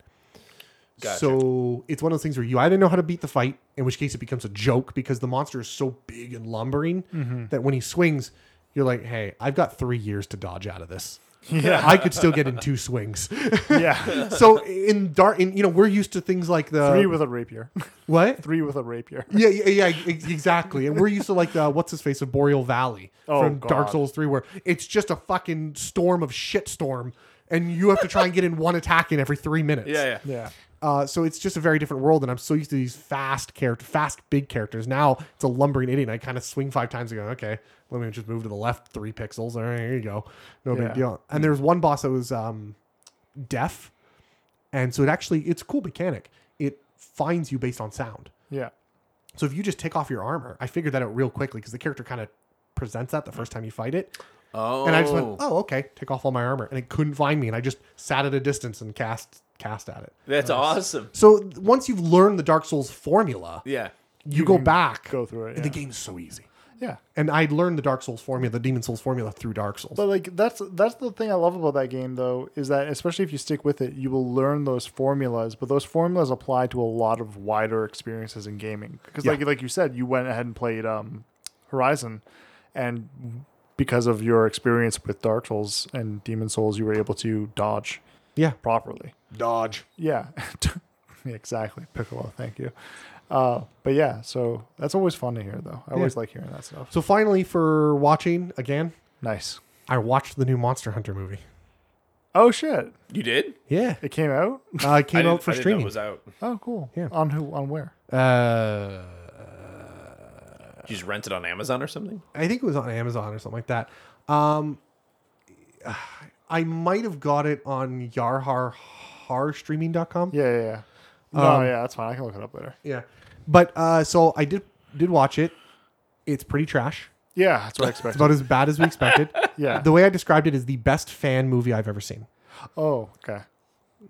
A: Gotcha.
B: So it's one of those things where you either know how to beat the fight, in which case it becomes a joke because the monster is so big and lumbering that when he swings, you're like, "Hey, I've got three years to dodge out of this. Yeah, I could still get in two swings."
C: yeah.
B: so in dark, in you know, we're used to things like the
C: Three with a rapier.
B: what?
C: Three with a rapier.
B: Yeah, yeah, yeah, ex- exactly. And we're used to like the what's his face of Boreal Valley
C: Oh,
B: from Dark
C: God.
B: Souls Three, where it's just a fucking storm of shitstorm, and you have to try and get in one attack in every three minutes.
A: yeah, yeah.
C: Yeah.
B: Uh, so it's just a very different world, and I'm so used to these fast character, fast big characters. Now it's a lumbering idiot. And I kind of swing five times and go, okay, let me just move to the left three pixels. All right, here you go, no
C: Yeah.
B: big deal. And there's one boss that was um, deaf, and so it actually it's a cool mechanic. It finds you based on sound.
C: Yeah.
B: So if you just take off your armor, I figured that out real quickly because the character kind of presents that the first time you fight it.
A: Oh,
B: And I just went, oh, okay, take off all my armor, and it couldn't find me, and I just sat at a distance and cast cast at it.
A: that's awesome.
B: So th- once you've learned the Dark Souls formula,
A: Yeah,
B: you, go back.
C: Go through it.
B: and
C: Yeah.
B: The game's so easy.
C: yeah.
B: And I'd learned the Dark Souls formula, the Demon Souls formula through Dark Souls.
C: But like that's that's the thing I love about that game though is that especially if you stick with it, you will learn those formulas. But those formulas apply to a lot of wider experiences in gaming because
B: Yeah.
C: like like you said, you went ahead and played um, Horizon, and because of your experience with Dark Souls and Demon Souls, you were able to dodge
B: yeah.
C: properly.
B: Dodge.
C: Yeah, exactly, Piccolo. Thank you. Uh, but yeah, so that's always fun to hear though. I always
B: Yeah.
C: like hearing that stuff.
B: So finally, for watching again,
C: Nice.
B: I watched the new Monster Hunter movie.
C: Oh shit!
A: you did.
B: Yeah.
C: It came out.
B: Uh, it
A: I
B: came
A: didn't-
B: out for
A: I didn't know it
B: streaming.
A: was out.
C: Oh, cool.
B: Yeah.
C: On who? On where?
B: Uh,
A: You just rent it on Amazon or something.
B: I think it was on Amazon or something like that. Um, I might have got it on yarharharstreaming.com.
C: Yeah, yeah, yeah. No,
B: Um,
C: yeah, that's fine. I can look it up later.
B: Yeah. But uh, so I did did watch it. It's pretty trash.
C: Yeah, that's what I
B: It's
C: expected.
B: about as bad as we expected.
C: Yeah.
B: The way I described it is the best fan movie I've ever seen.
C: oh, okay.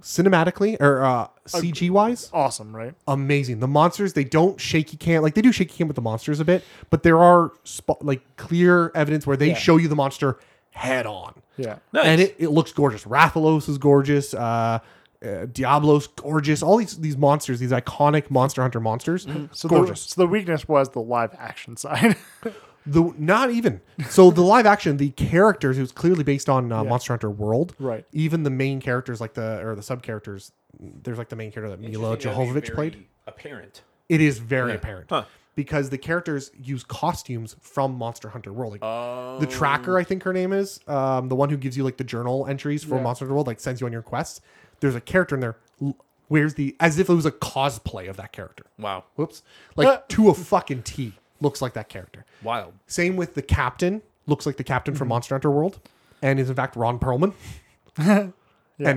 B: Cinematically or uh, CG wise,
C: Awesome, right?
B: amazing. The monsters, they don't shaky cam. Like they do shaky cam with the monsters a bit, but there are spot, like clear evidence where they show you the monster head on.
C: Yeah.
A: Nice.
B: And it, it looks gorgeous. Rathalos is gorgeous. Uh, uh, Diablo's gorgeous. All these these monsters, these iconic Monster Hunter monsters,
C: Mm-hmm. So
B: gorgeous.
C: The, so the weakness was the live action side.
B: The not even so the live action the characters it was clearly based on uh, Monster Hunter World
C: Right.
B: even the main characters like the or the sub characters there's like the main character that Milo Jovovich played
A: Apparent.
B: it is very apparent
A: Huh.
B: because the characters use costumes from Monster Hunter World like
A: Oh,
B: the tracker I think her name is um, the one who gives you like the journal entries for Monster Hunter World like sends you on your quests there's a character in there l- wears the as if it was a cosplay of that character
A: wow,
B: whoops like to a fucking T looks like that character
A: wild.
B: same with the captain. Looks like the captain
A: Mm-hmm.
B: from Monster Hunter World, and is in fact Ron Perlman. And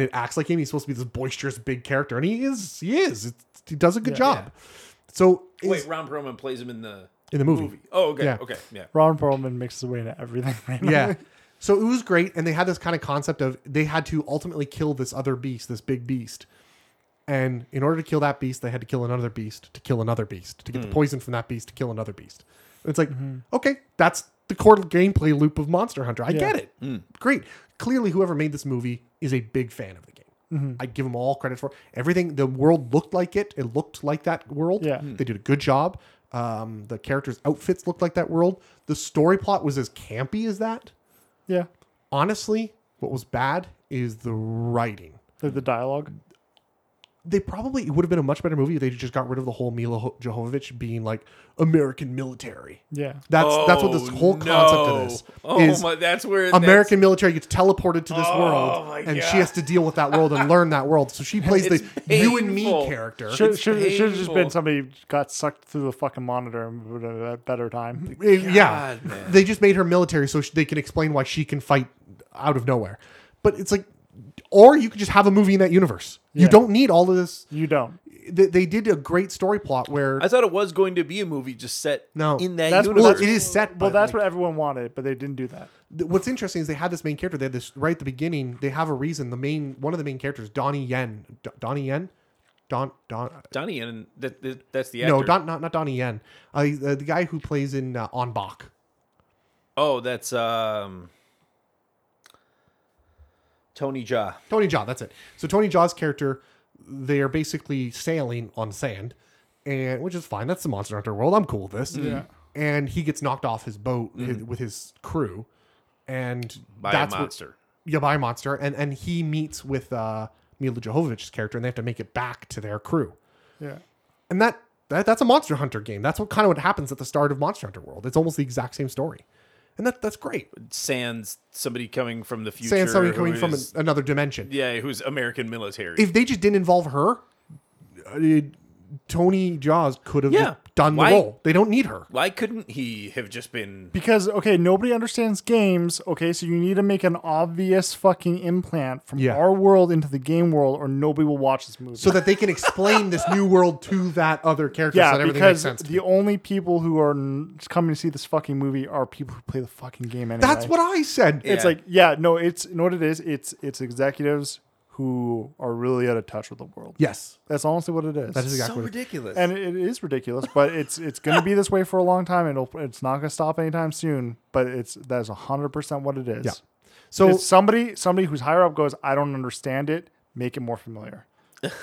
B: it acts like him. He's supposed to be this boisterous big character, and he is. He is. It's, he does a good job. So it's-
A: Wait, Ron Perlman plays him in the
B: in the movie,
A: movie. Oh, okay,
B: Yeah.
A: okay, yeah.
C: Ron Perlman makes his way into everything right now.
B: yeah. So it was great, and they had this kind of concept of they had to ultimately kill this other beast, this big beast. And in order to kill that beast, they had to kill another beast to kill another beast to get the poison from that beast to kill another beast. It's like, okay, that's the core gameplay loop of Monster Hunter. I get it. Great. Clearly, whoever made this movie is a big fan of the game. I give them all credit for everything. The world looked like it. It looked like that world.
C: Yeah. Mm.
B: They did a good job. Um, the characters' outfits looked like that world. The story plot was as campy as that
C: Yeah.
B: honestly, what was bad is the writing.
C: The, the dialogue.
B: they probably it would have been a much better movie if they just got rid of the whole Milo Jovovich being like American military.
C: Yeah.
B: That's that's what this
A: Oh,
B: whole concept
A: no.
B: of this
A: Oh
B: is.
A: my! That's where that's-
B: American military gets teleported to this
A: Oh, my
B: world, and
A: God.
B: she has to deal with that world and learn that world. So she plays the
A: It's
B: you and me
A: painful.
B: character.
C: Should
A: It's
C: should should have just been
A: painful.
C: somebody got sucked through the fucking monitor and would have had a better time.
B: Uh, yeah,
A: God, man.
B: they just made her military so sh- they can explain why she can fight out of nowhere. But it's like, or you could just have a movie in that universe. You
C: Yeah.
B: don't need all of this.
C: You don't.
B: They, they did a great story plot where
A: I thought it was going to be a movie just set
B: No.
A: in that
C: That's- well,
A: universe.
B: well, it is set.
C: Well,
B: but,
C: that's
B: like,
C: what everyone wanted, but they didn't do that.
B: th- what's interesting is they had this main character. They had this right at the beginning. They have a reason. The main one of the main characters, Donnie Yen. D- Donnie Yen. Don Don.
A: Donnie and that, that- that's the actor.
B: No, Don, not not Donnie Yen. Uh, he's, uh, the guy who plays in uh, On Bach.
A: oh, that's um, Tony Jaa.
B: Tony Jaw, that's it. So Tony Jaw's character, they are basically sailing on sand, and which is fine. That's the Monster Hunter world. I'm cool with this. Yeah. And he gets knocked off his boat hi- with his crew, and
A: Mm-hmm. By a
B: that's what-
A: monster.
B: yeah, by a monster, and and he meets with uh, Mila Jovovich's character, and they have to make it back to their crew.
C: Yeah.
B: And that, that that's a Monster Hunter game. That's what kind of what happens at the start of Monster Hunter World. It's almost the exact same story, and that that's great.
A: Sans somebody coming from the future.
B: Saying somebody
A: who
B: coming from an,
A: is-
B: another dimension.
A: yeah, who's American military.
B: if they just didn't involve her, uh, Tony Jaws could have
A: Yeah.
B: done
A: Why-
B: the role. They don't need her.
A: Why couldn't he have just been?
C: Because okay, nobody understands games. Okay, so you need to make an obvious fucking implant from
B: Yeah.
C: our world into the game world, or nobody will watch this movie.
B: So that they can explain this new world to that other character so
C: yeah,
B: that everything
C: because
B: makes sense.
C: the only people who are n- coming to see this fucking movie are people who play the fucking game anyway.
B: That's what I said.
C: it's
A: Yeah.
C: like. Yeah, no, it's you know what it is. It's it's executives who are really out of touch with the world.
B: Yes.
C: that's honestly what it is.
B: That is
A: so
B: exactly what it-
A: ridiculous.
C: and it is ridiculous, but it's it's going to be this way for a long time. It'll it's not going to stop anytime soon. But it's that's hundred percent what it is.
B: Yeah. So
C: It's somebody somebody who's higher up goes, I don't understand it. Make it more familiar.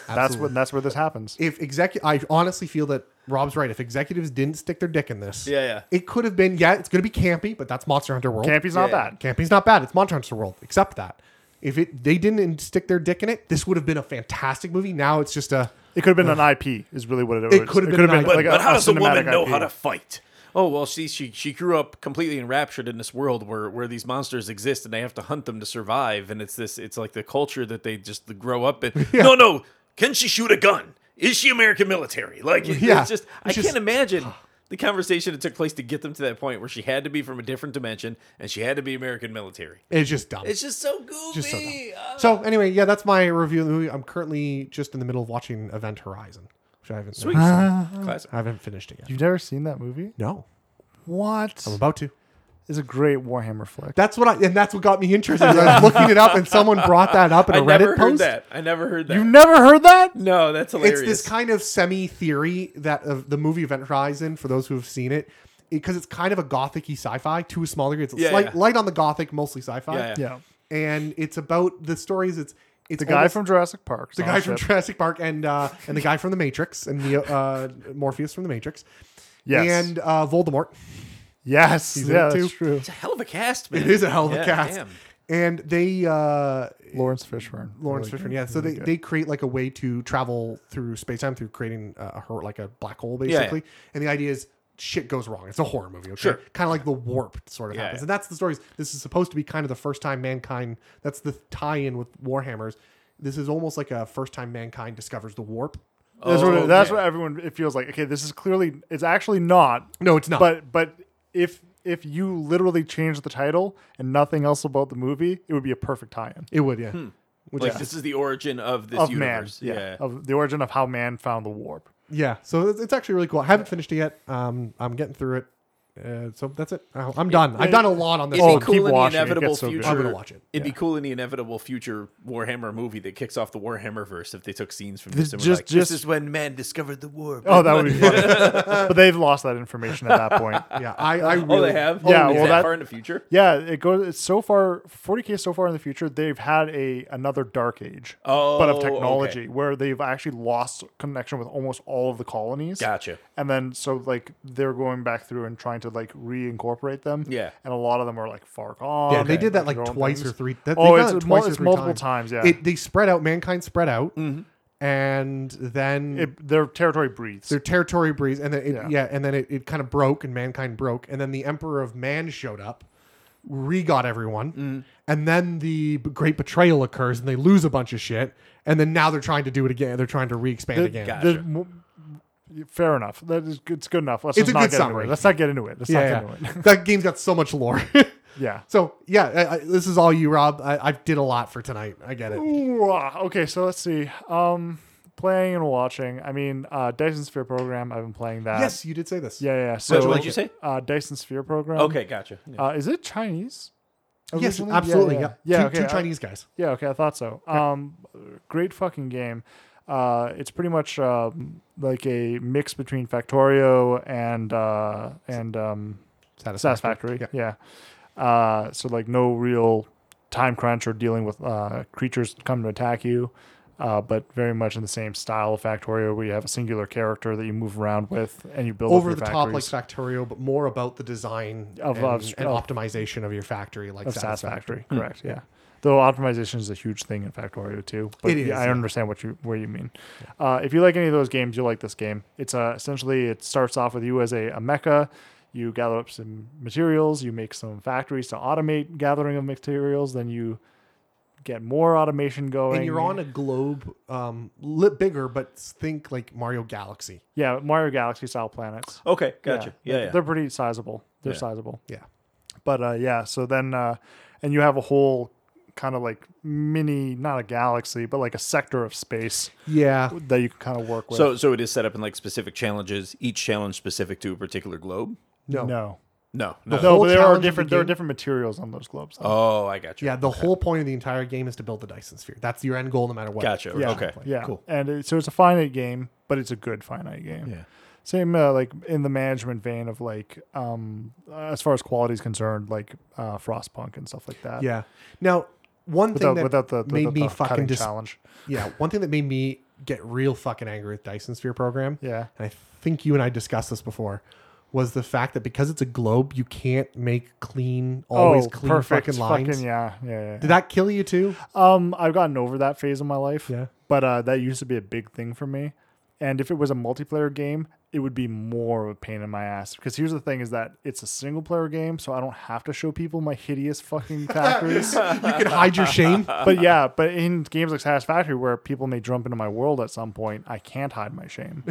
C: That's what that's where this happens.
B: if execu- I honestly feel that Rob's right. If executives didn't stick their dick in this,
A: Yeah, yeah.
B: it could have been. Yeah, it's going to be campy, but that's Monster Hunter World.
C: Campy's not
A: Yeah.
C: bad.
B: Campy's not bad. It's Monster Hunter World. Accept that. If it they didn't in- stick their dick in it, this would have been a fantastic movie. Now it's just a
C: It could have been an IP. Is really what it, was.
B: could have been an
A: but,
B: like
A: but how does a woman
C: cinematic
A: know
C: IP.
A: how to fight? Oh well, she she she grew up completely enraptured in this world where where these monsters exist and they have to hunt them to survive, and it's this it's like the culture that they just grow up in. No, no, can she shoot a gun? Is she American military? Like it-
B: Yeah.
A: it's just I
B: It's just-
A: can't imagine. The conversation that took place to get them to that point where she had to be from a different dimension and she had to be American military.
B: it's just dumb.
A: It's just so goofy.
B: just so dumb.
A: Uh,
B: So anyway, yeah, that's my review of the movie. I'm currently just in the middle of watching Event Horizon, which I haven't
A: Sweet.
B: I
A: Ah. Classic.
B: haven't finished it yet.
C: You've never seen that movie?
B: No,
C: What?
B: I'm about to.
C: It's a great Warhammer flick.
B: That's what I and that's what got me interested. is I was looking it up, and someone brought that up in a
A: I
B: Reddit
A: never heard
B: post.
A: that. I never heard that.
C: You've never heard that?
A: no, that's hilarious.
B: It's this kind of semi theory that of the movie Event Horizon, for those who have seen it, because it's kind of a gothic sci fi to a small degree. It's a
A: Yeah,
B: slight,
A: yeah.
B: light on the gothic, mostly sci fi.
A: Yeah,
C: Yeah.
B: And it's about the stories. It's it's
C: The guy
B: almost-
C: from Jurassic Park.
B: the guy from Jurassic Park and uh, and the guy from the Matrix and the uh, Morpheus from the Matrix.
C: Yes.
B: And uh, Voldemort.
C: yes.
B: He's in
C: Yeah,
B: it
C: that's
B: too.
C: true.
A: It's a hell of a cast, man.
B: It is a hell of a
A: Yeah,
B: cast.
A: damn.
B: And they uh
C: Lawrence Fishburne.
B: Lawrence
C: Really
B: Fishburne, yeah. So they, they create like a way to travel through space time through creating a her like a black hole
A: yeah.
B: basically. And the idea is shit goes wrong. It's a horror movie, okay?
A: Sure.
B: Kind of like the warp sort of
A: Yeah,
B: happens.
A: yeah.
B: And that's the stories. This is supposed to be kind of the first time mankind that's the tie-in with Warhammers. This is almost like a first time mankind discovers the warp.
C: That's,
A: Oh,
C: what, that's
A: okay.
C: what everyone it feels like. Okay, this is clearly it's actually not.
B: No, it's not.
C: But but if if you literally change the title and nothing else about the movie, it would be a perfect tie-in
B: it would, yeah.
A: Hmm.
B: Which
A: Like
B: is
A: this is the origin of this
C: of
A: universe.
C: man. Yeah, Oh, of the origin of how man found the warp.
B: Yeah, so it's, it's actually really cool. I haven't finished it yet. Um, I'm getting through it. Uh, so that's it. I- I'm done. I've done a lot on this.
A: It'd be
C: Oh, keep
A: cool in the
C: watching. It
A: inevitable
C: gets so good.
A: future.
B: I'm gonna watch it.
A: It'd be cool in the inevitable future Warhammer movie that kicks off the Warhammer verse if they took scenes from this.
C: This-
A: and were
C: just-
A: like, this
C: just-
A: is when man discovered the warp.
C: Oh, that would be funny. but they've lost that information at that point.
B: yeah, I, I really,
A: Oh, they have.
C: Yeah,
A: Oh, is
C: well,
A: that,
C: that-
A: far in the future.
C: Yeah, it goes. It's so far 40k so far in the future. They've had a another dark age, but
A: Oh,
C: of
A: okay.
C: technology where they've actually lost connection with almost all of the colonies.
A: Gotcha.
C: And then so like they're going back through and trying to like reincorporate them.
A: Yeah.
C: And a lot of them are like far gone.
B: Yeah, they
C: and,
B: did that like
C: their own
B: twice
C: things.
B: or three. That,
C: oh,
B: they've
C: it's,
B: done it
C: mul-
B: twice or
C: it's
B: three
C: multiple times. yeah.
B: It, they spread out. Mankind spread out, and then
C: Mm-hmm. It, their territory breathes.
B: their territory breeze and then it, yeah.
C: Yeah.
B: and then it, it kind of broke and mankind broke and then the emperor of man showed up re-got everyone
C: Mm-hmm.
B: and then the b- great betrayal occurs and they lose a bunch of shit and then now they're trying to do it again they're trying to re-expand
C: The-
B: again
A: Got
C: the-
A: Gotcha.
C: m- fair enough. That is, it's good enough. Let's
B: It's
C: just
B: a
C: not
B: good
C: get
B: summary.
C: into it. Let's not get into it. Let's
B: yeah,
C: not get
B: yeah.
C: into it.
B: that game's got so much lore
C: yeah.
B: so yeah I, I, this is all you rob I, I did a lot for tonight i get it
C: Ooh, ah, okay, so let's see. Um, playing and watching. I mean, uh, Dyson Sphere Program. I've been playing that.
B: yes you did say this
C: Yeah, yeah. yeah.
A: What
C: So,
A: did you say?
C: Uh, Dyson Sphere Program.
A: Okay, gotcha. Yeah.
C: Uh, is it Chinese?
B: yes
C: originally?
B: absolutely
C: Yeah, yeah.
B: yeah,
C: yeah.
B: two,
C: okay,
B: two
C: I-
B: chinese guys
C: Yeah, okay, I thought so. Um, great fucking game. Uh, it's pretty much um, like a mix between Factorio and uh, and um, Satisfactory.
B: Yeah.
C: Yeah. Uh, so like no real time crunch or dealing with uh, creatures that come to attack you, uh, but very much in the same style of Factorio, where you have a singular character that you move around with and you build up
B: over
C: your
B: the top like
C: factories
B: Factorio, but more about the design
C: Of-
B: and,
C: of-
B: and
C: of-
B: optimization of your factory, like
C: of
B: Satisfactory.
C: Satisfactory. Correct. Yeah. Though optimization is a huge thing in Factorio too, but
B: It is,
C: yeah, I
B: yeah.
C: understand what you what you mean. Uh, if you like any of those games, you'll like this game. It's uh, essentially it starts off with you as a, a mecha. You gather up some materials. You make some factories to automate gathering of materials. Then you get more automation going.
B: And you're on a globe, um, lit bigger, but think like Mario Galaxy.
C: yeah Mario Galaxy style planets.
A: Okay, Oh, gotcha. Yeah, yeah.
C: They're pretty sizable. They're
A: Yeah.
C: sizable.
B: Yeah,
C: but uh, yeah so then uh, and you have a whole kind of like mini not a galaxy but like a sector of space
B: yeah,
C: that you can kind of work with
A: So, so it is set up in like specific challenges. Each challenge specific to a particular globe.
B: no,
C: no
A: No, no.
C: no
B: whole
C: but there
B: challenge
C: are
B: of the
C: different there are
B: game-
C: different materials on those globes though.
A: Oh, I got you.
B: yeah. The whole point of the entire game is to build the Dyson Sphere. That's your end goal, no matter what.
A: Gotcha.
C: yeah
A: Oh, Okay.
C: yeah
B: Cool.
C: and it, so it's a finite game but it's a good finite game
A: Yeah.
C: same uh, like in the management vein of like um as far as quality is concerned like uh frostpunk and stuff like that
B: Yeah. Now, one
C: without
B: thing that
C: without the, the,
B: made
C: the
B: me
C: cu-
B: fucking
C: cutting
B: dis-
C: challenge
B: yeah, one thing that made me get real fucking angry with Dyson Sphere program.
C: yeah
B: and I think you and I discussed this before, was the fact that because it's a globe, you can't make clean, always
C: oh,
B: clean
C: perfect
B: fucking lines.
C: yeah yeah, yeah, yeah.
B: Did that kill you too?
C: Um, I've gotten over that phase of my life.
B: Yeah.
C: But uh, that used to be a big thing for me. And if it was a multiplayer game, it would be more of a pain in my ass. Because here's the thing: is that it's a single player game, so I don't have to show people my hideous fucking factories.
B: You could hide your shame.
C: but yeah, but in games like Satisfactory, where people may jump into my world at some point, I can't hide my shame.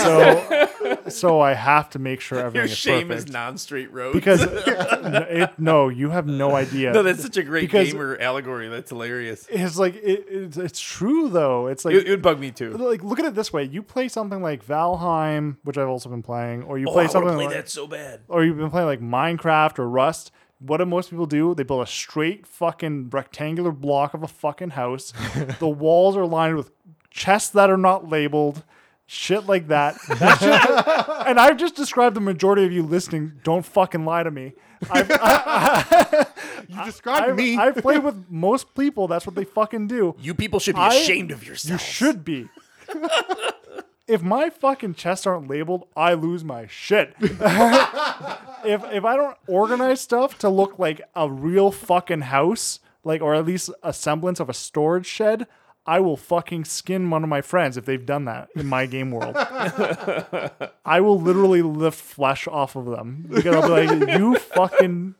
C: So, so I have to make sure everything
A: Your
C: is
A: shame
C: perfect.
A: is non-straight roads.
C: because it, no, you have no idea.
A: no, that's such a great
C: because-
A: gamer allegory. That's hilarious.
C: it's like it, it's, it's true though. It's like
A: It, it would bug me too.
C: like look at it this way: you play something like Valheim, which I've also been playing, or you
A: Oh, I
C: play
A: want to
C: something
A: play
C: like,
A: that so bad.
C: or you've been playing like Minecraft or Rust. What do most people do? They build a straight fucking rectangular block of a fucking house. the walls are lined with chests that are not labeled, shit like that. That shit- and I've just described the majority of you listening. Don't fucking lie to me. I've,
B: You described
C: I've,
B: me.
C: I've played with most people. That's what they fucking do.
A: You people should be
C: I-
A: ashamed of
C: You
A: yourselves.
C: should be. if my fucking chests aren't labeled, I lose my shit. if if I don't organize stuff to look like a real fucking house, like or at least a semblance of a storage shed, I will fucking skin one of my friends if they've done that in my game world. I will literally lift flesh off of them because I'll be like, you fucking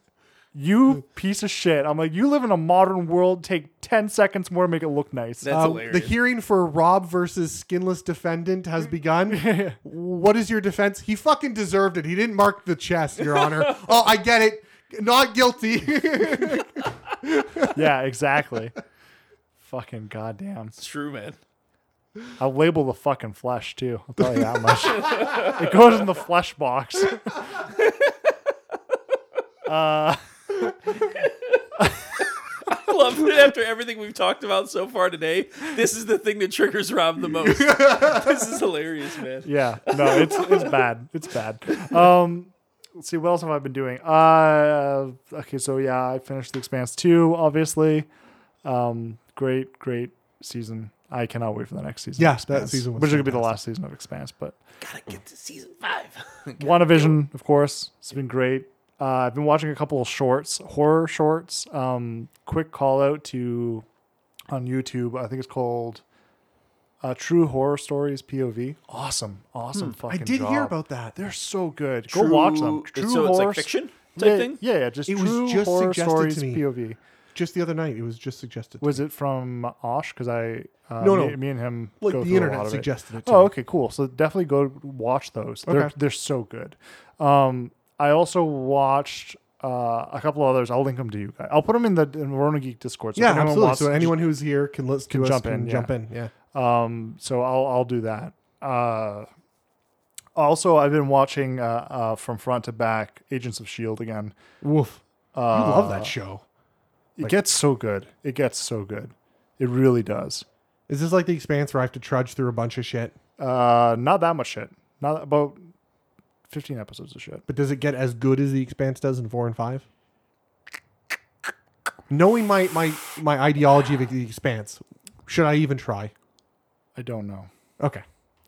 C: you piece of shit. I'm like, you live in a modern world. Take 10 seconds more to make it look nice.
A: That's
B: Um,
A: hilarious.
B: the hearing for Rob versus Skinless Defendant has begun. what is your defense? He fucking deserved it. He didn't mark the chest, Your Honor. oh, I get it. Not guilty.
C: yeah, exactly. fucking goddamn.
A: it's true, man.
C: I'll label the fucking flesh too. I'll tell you that much. it goes in the flesh box.
A: I love that after everything we've talked about so far today, this is the thing that triggers Rob the most. this is hilarious, man.
C: Yeah. No, it's it's bad. It's bad. Um let's see, what else have I been doing? Uh okay, so yeah, I finished the expanse two, obviously. Um great, great season. I cannot wait for the next season. of
B: Yes, that
C: Expanse,
B: season was
C: which is gonna be the last season of Expanse, but
A: Gotta get to season five.
C: WandaVision, of course, it's been great. Uh, I've been watching a couple of shorts, horror shorts. Um, quick call out to on YouTube. I think it's called Uh, True Horror Stories POV. Awesome, awesome
B: Hmm, I
C: fucking.
B: did hear
C: job.
B: about that.
C: They're so good. Go watch them.
A: True- so it's like
C: Horror-
A: fiction type
C: yeah,
A: thing?
C: Yeah, yeah. Just
B: It was
C: True
B: just
C: Horror
B: suggested
C: Stories
B: to me.
C: POV.
B: Just the other night, it was just suggested. to
C: Was it from Osh? Because I uh,
B: No, no.
C: Me, me and him
B: Like,
C: go
B: the
C: through a
B: internet
C: lot of it.
B: suggested it to
C: Oh,
B: me.
C: okay, cool. So definitely go watch those. They're
B: Okay.
C: they're so good. Um, I also watched uh, a couple others. I'll link them to you guys. I'll put them in the in Verona Geek Discord. So if
B: yeah,
C: anyone
B: absolutely.
C: wants
B: so
C: to-
B: anyone who's here can listen
C: can
B: to us,
C: jump
B: can
C: in, yeah.
B: Jump in. Yeah.
C: Um, so I'll I'll do that. Uh, also, I've been watching uh, uh, from front to back Agents of Shield E again.
B: Woof.
C: Uh,
B: I love that show.
C: It gets so good. It gets so good. It really does.
B: Is this like the Expanse where I have to trudge through a bunch of shit?
C: Uh, not that much shit. Not about fifteen episodes of shit.
B: But does it get as good as the Expanse does in four and five? Knowing my my my ideology of the Expanse, should I even try?
C: I don't know.
B: Okay,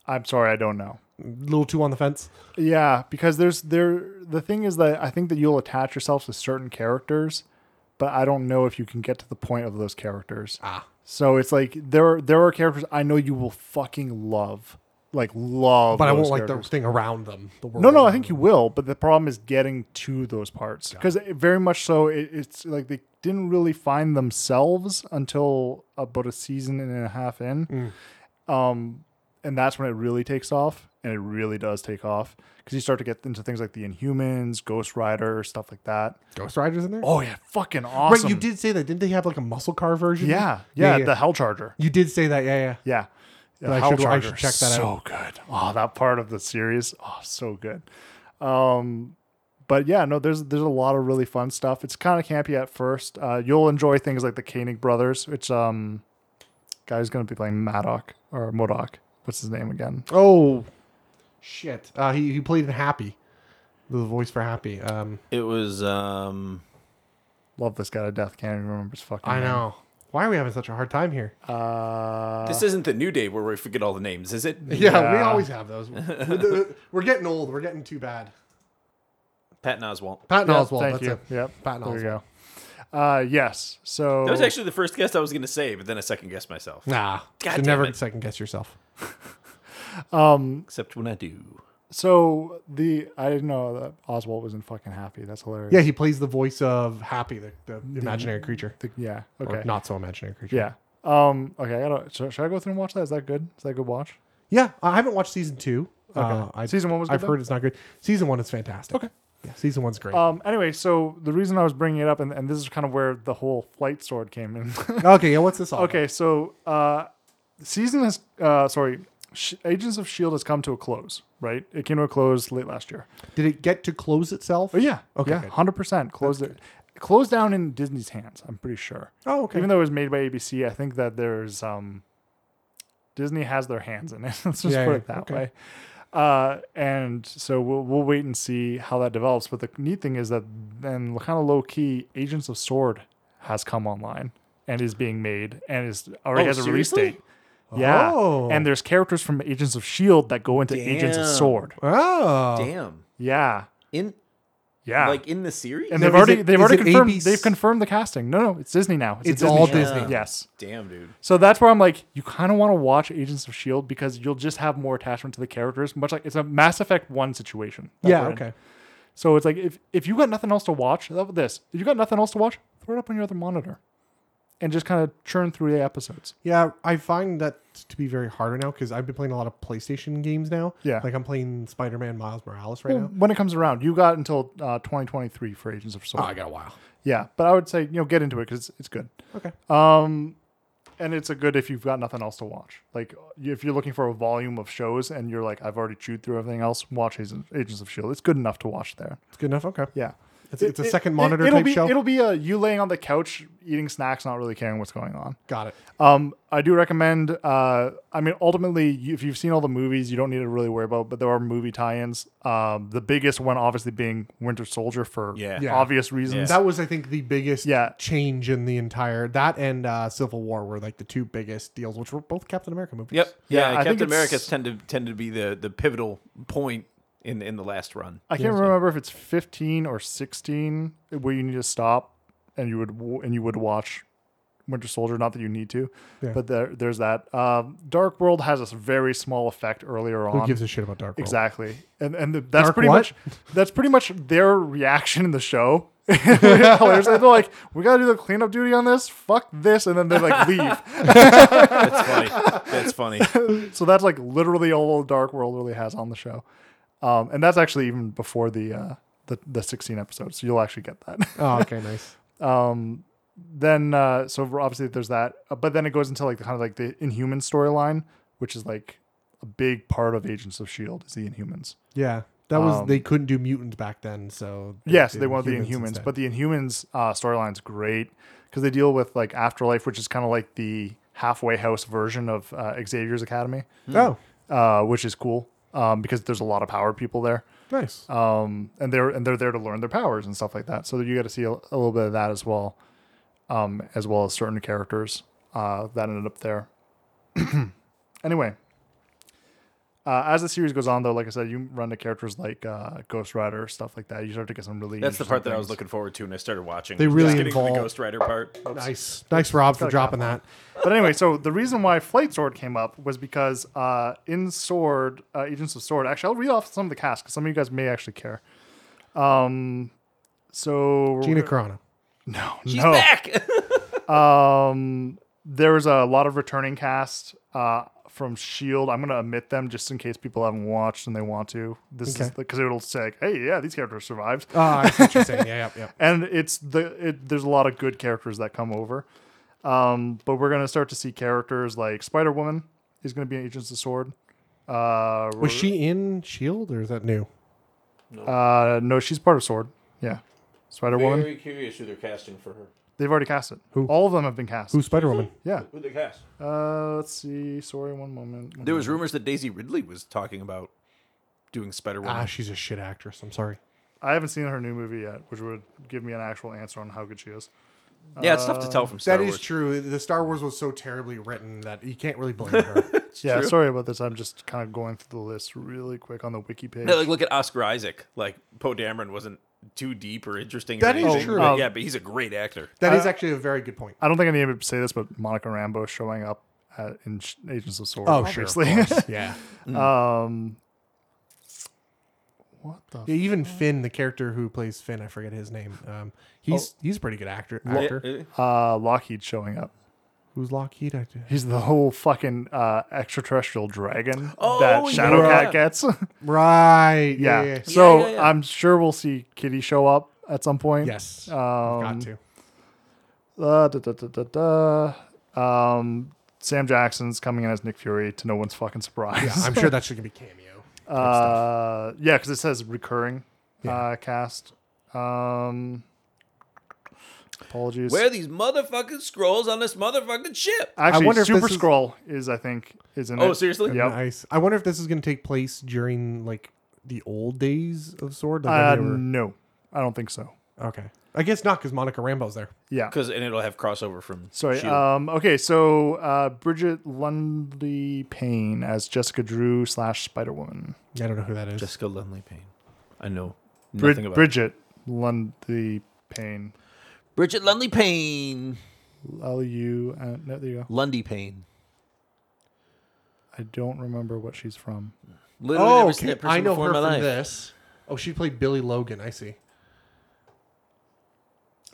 C: I'm sorry. I don't know.
B: a little too on the fence.
C: Yeah, because there's there. The thing is that I think that you'll attach yourself to certain characters, but I don't know if you can get to the point of those characters.
B: Ah,
C: So it's like there are, there are characters I know you will fucking love, like love.
B: but I
C: those
B: won't like the
C: characters.
B: thing around them. The world
C: No, no, I
B: around
C: think you
B: them.
C: will. But the problem is getting to those parts because very much so. It, it's like they didn't really find themselves until about a season and a half in, um, and that's when it really takes off. And it really does take off because you start to get into things like the Inhumans, Ghost Rider, stuff like that.
B: Ghost Riders in there.
C: Oh yeah, fucking awesome!
B: Right, you did say that, didn't they have like a muscle car version?
C: Yeah,
B: yeah.
C: yeah,
B: yeah.
C: the Hell Charger.
B: you did say that. Yeah, yeah.
C: Yeah.
B: I
C: Hell
B: should- I
C: Charger,
B: should check that
C: so good. Oh, that part of the series. Oh, so good. Um, but yeah, no, there's there's a lot of really fun stuff. It's kind of campy at first. Uh, you'll enjoy things like the Koenig brothers, which um guy's gonna be playing Madoc or Modoc. What's his name again?
B: Oh, shit. Uh, he he played in Happy, the voice for Happy. Um,
A: It was um
C: Love this guy to death. Can't even remember his fucking
B: I
C: name.
B: know. Why are we having such a hard time here?
C: Uh,
A: this isn't the new day where we forget all the names, is it?
B: Yeah, we
C: Yeah.
B: always have those. We're, we're getting old. We're getting too bad.
A: Patton Oswalt.
B: Patton
C: yeah,
B: Oswald.
C: Thank
B: that's
C: you.
B: it.
C: Yep.
B: Patton
C: there you go. Uh, yes. So
A: That was actually the first guess I was going to say, but then I second guessed myself.
C: Mm.
B: Nah,
A: God
B: should
A: damn
B: never
A: it.
B: second guess yourself.
A: Except when I do.
C: so the I didn't know that Oswald was in fucking happy. That's hilarious.
B: Yeah, he plays the voice of Happy, the, the imaginary creature,
C: The- yeah.
B: or
C: Mm-hmm. Okay.
B: not so imaginary creature.
C: Yeah. Um. Okay. I gotta. Should, should I go through and watch that? Is that good? Is that a good watch?
B: yeah. I haven't watched season two. Uh, I,
C: Season one was good,
B: I've
C: though?
B: heard it's not good. Season one is fantastic. Okay. Yeah, season one's great.
C: Um. Anyway, so the reason I was bringing it up, and, and this is kind of where the whole flight sword came in.
B: okay. Yeah. What's this all?
C: okay. So, uh, season has. Uh, sorry. Sh- Agents of Shield E has come to a close. Right. It came to a close late last year.
B: about? Did it get to close itself?
C: But yeah.
B: Oh, Okay,
C: Yeah.
B: good.
C: Hundred percent closed. It. Closed down in Disney's hands. I'm pretty sure.
B: Oh, okay.
C: Even though it was made by ABC, I think that there's um Disney has their hands in it. Let's just
B: Yeah,
C: put
B: yeah,
C: it that
B: okay.
C: way. Uh, and so we'll we'll wait and see how that develops. But the neat thing is that then kind of low key, Agents of Sword has come online and is being made and is already
A: Oh,
C: has a release
A: seriously?
C: date. Yeah,
B: Oh.
C: and there's characters from Agents of Shield that go into Agents of
A: Damn.
C: Sword.
B: oh,
A: Damn.
C: Yeah,
A: In
C: yeah.
A: like in the series?
C: and
B: Now,
C: they've
B: is
C: already
B: it-
C: they've
B: is
C: already
B: it
C: confirmed
B: ABC?
C: they've confirmed the casting. No, no, it's Disney now. a
B: It's all
C: show.
A: Disney.
C: Yes.
A: Damn, dude.
C: So that's where I'm like, you kind of want to watch Agents of Shield E because you'll just have more attachment to the characters. Much like it's a Mass Effect one situation. that
B: yeah.
C: we're in.
B: Okay.
C: So it's like if if you got nothing else to watch, how about this. If you got nothing else to watch, throw it up on your other monitor, and just kind of churn through the episodes.
B: Yeah, I find that to be very harder now because I've been playing a lot of PlayStation games now.
C: Yeah.
B: like I'm playing Spider-Man Miles Morales right now.
C: When it comes around, you got until uh, 2023 for Agents of
A: Ah.
C: Shield.
B: Oh, got a while.
C: E yeah, but I would say you know get into it because it's, it's good.
B: Okay.
C: Um, and it's a good if you've got nothing else to watch. Like if you're looking for a volume of shows and you're like, I've already chewed through everything else. Watch Agents Agents of Shield. E It's good enough to watch there.
B: It's good enough. Okay.
C: Yeah.
B: It's, it's a second
C: It-
B: monitor
C: it'll
B: type
C: be,
B: show.
C: It'll be a you laying on the couch eating snacks, not really caring what's going on.
B: Got it.
C: Um, I do recommend. Uh, I mean, ultimately, you, if you've seen all the movies, you don't need to really worry about. But there are movie tie-ins. Um, the biggest one, obviously, being Winter Soldier for
A: Yeah.
B: Yeah.
C: obvious reasons.
B: That was, I think, the biggest
C: Yeah.
B: change in the entire that and uh, Civil War were like the two biggest deals, which were both Captain America movies.
A: Yep.
C: Yeah,
A: Yeah,
C: I think
A: Captain
C: it's-
A: America's tend to tend to be the the pivotal point in in the last run.
C: I can't remember if it's 15 or 16 where you need to stop and you would w- and you would watch Winter Soldier. Not that you need to, but there, there's that. Um, Dark World has a very small effect earlier on.
B: Who gives a shit about Dark World?
C: Exactly, and and the, that's
B: Dark
C: pretty
B: what?
C: much that's pretty much their reaction in the show. They're like, we gotta do the cleanup duty on this. Fuck this, and then they like leave.
A: That's funny. That's funny.
C: so that's like literally all Dark World really has on the show, um, and that's actually even before the uh, the the 16 episodes. So you'll actually get that. Um,
B: Oh, okay, nice.
C: then uh, so obviously there's that, Uh, but then it goes into like the kind of like the Inhuman storyline, which is like a big part of Agents of Shield E is the Inhumans.
B: Yeah, that was
C: Um,
B: they couldn't do mutants back then, so
C: Yes,
B: did
C: they want the Inhumans,
B: instead.
C: but the Inhumans uh, storyline's great because they deal with like afterlife, which is kind of like the halfway house version of uh, Xavier's Academy,
B: oh,
C: uh, which is cool um, because there's a lot of power people there,
B: nice.
C: um, and they're and they're there to learn their powers and stuff like that. So you got to see a, a little bit of that as well, um, as well as certain characters uh, that ended up there. anyway. Uh, as the series goes on, though, like I said, you run to characters like uh, Ghost Rider, stuff like that. You start to get some really
A: That's the
C: interesting
A: part that I was
C: things.
A: looking forward to, and I started watching.
B: They really
A: Just getting to the
B: involve- Oh,
A: Ghost Rider part.
B: nice, nice, Rob, for
C: gotta
B: dropping
C: clap
B: that.
C: But anyway, so the reason why Flight Sword came up was because uh, in Sword, uh, Agents of Sword, actually, I'll read off some of the cast because some of you guys may actually care. Um, so we're
B: Gina
C: gonna-
B: Carano.
C: no,
A: She's
C: no.
A: back.
C: Um, there was a lot of returning cast uh, from Shield. I'm gonna omit them just in case people haven't watched and they want to. This is
B: Okay.
C: because it'll say, like, "Hey, yeah, these characters survived."
B: Oh, I see what you're saying. Yeah, yeah, yeah.
C: and it's the it, there's a lot of good characters that come over um but we're gonna start to see characters like spider-woman is gonna be an agents of sword uh
B: Was she in Shield E or is that new?
C: uh no she's part of sword yeah spider-woman
A: curious who they're casting for her.
C: they've already cast it
B: Who?
C: all of them have been cast
B: Who's Spider Woman?
C: yeah
A: Who they cast?
C: uh let's see sorry one moment
A: There was rumors that Daisy Ridley was talking about doing Spider Woman.
B: Ah, she's a shit actress. I'm sorry.
C: i haven't seen her new movie yet which would give me an actual answer on how good she is
A: yeah, it's tough to tell from Star
B: Uh, that is
A: Wars.
B: true. The Star Wars was so terribly written that you can't really blame her.
C: yeah
A: true.
C: sorry about this i'm just kind of going through the list really quick on the wiki page
A: No, like look at Oscar Isaac. Like Poe Dameron wasn't too deep or interesting.
B: That
A: or
B: is
A: anything,
B: true. Oh.
A: but
C: Um,
A: yeah, but he's a great actor.
B: That is actually a very good point.
C: I don't think I need to say this, but Monica Rambo showing up at, in Sh- Agents of Sword.
B: Oh, sure, of
C: obviously.
B: Yeah.
A: Mm.
C: um, what the?
B: Yeah, even Finn, the character who plays Finn, I forget his name. Um, he's he's a pretty good actor. Actor
A: Yeah,
C: F- uh, Lockheed showing up.
B: who's Lockheed. I
C: He's the whole fucking uh, extraterrestrial dragon
A: Oh,
C: that
A: yeah.
C: Shadowcat gets. yeah.
B: Right. Yeah.
C: So
A: yeah, yeah.
C: I'm sure we'll see Kitty show up at some point.
B: Yes.
C: Um,
B: Got to.
C: Uh, da, da, da, da, da. Um, Sam Jackson's coming in as Nick Fury to no one's fucking surprise.
B: Yeah, I'm sure that's going to be cameo.
C: Uh, yeah, because it says recurring
B: Yeah.
C: uh, cast. Um, apologies.
A: Where are these motherfucking scrolls on this motherfucking ship?
C: Actually,
B: I wonder if
C: Super
B: this is-
C: Scroll is... I think, is in it.
A: Oh, seriously?
C: Yep.
B: Nice. I wonder if this is going to take place during like the old days of Sword. Like,
C: Uh,
B: when they were-
A: Um,
C: no, I don't think so.
B: Okay. I guess not because Monica Rambo's there.
C: Yeah.
A: Because and it'll have crossover from.
C: Sorry.
A: Shield.
B: uh,
C: Um, okay, so uh, Bridget Lundy Payne as Jessica Drew slash Spider Woman.
B: I don't know who that is.
A: Jessica Lindley Payne. I know nothing
C: Brid-
A: about
C: Bridget Lundy Payne.
A: Bridget Lundley Payne.
C: L U. Uh, no, there you go.
A: Lundy Payne.
C: I don't remember what she's from.
A: Literally
B: Oh,
A: never seen
B: okay.
A: that person
B: I know
A: before in
B: her
A: my
B: from
A: life.
B: this. Oh, she played Billy Logan. I see.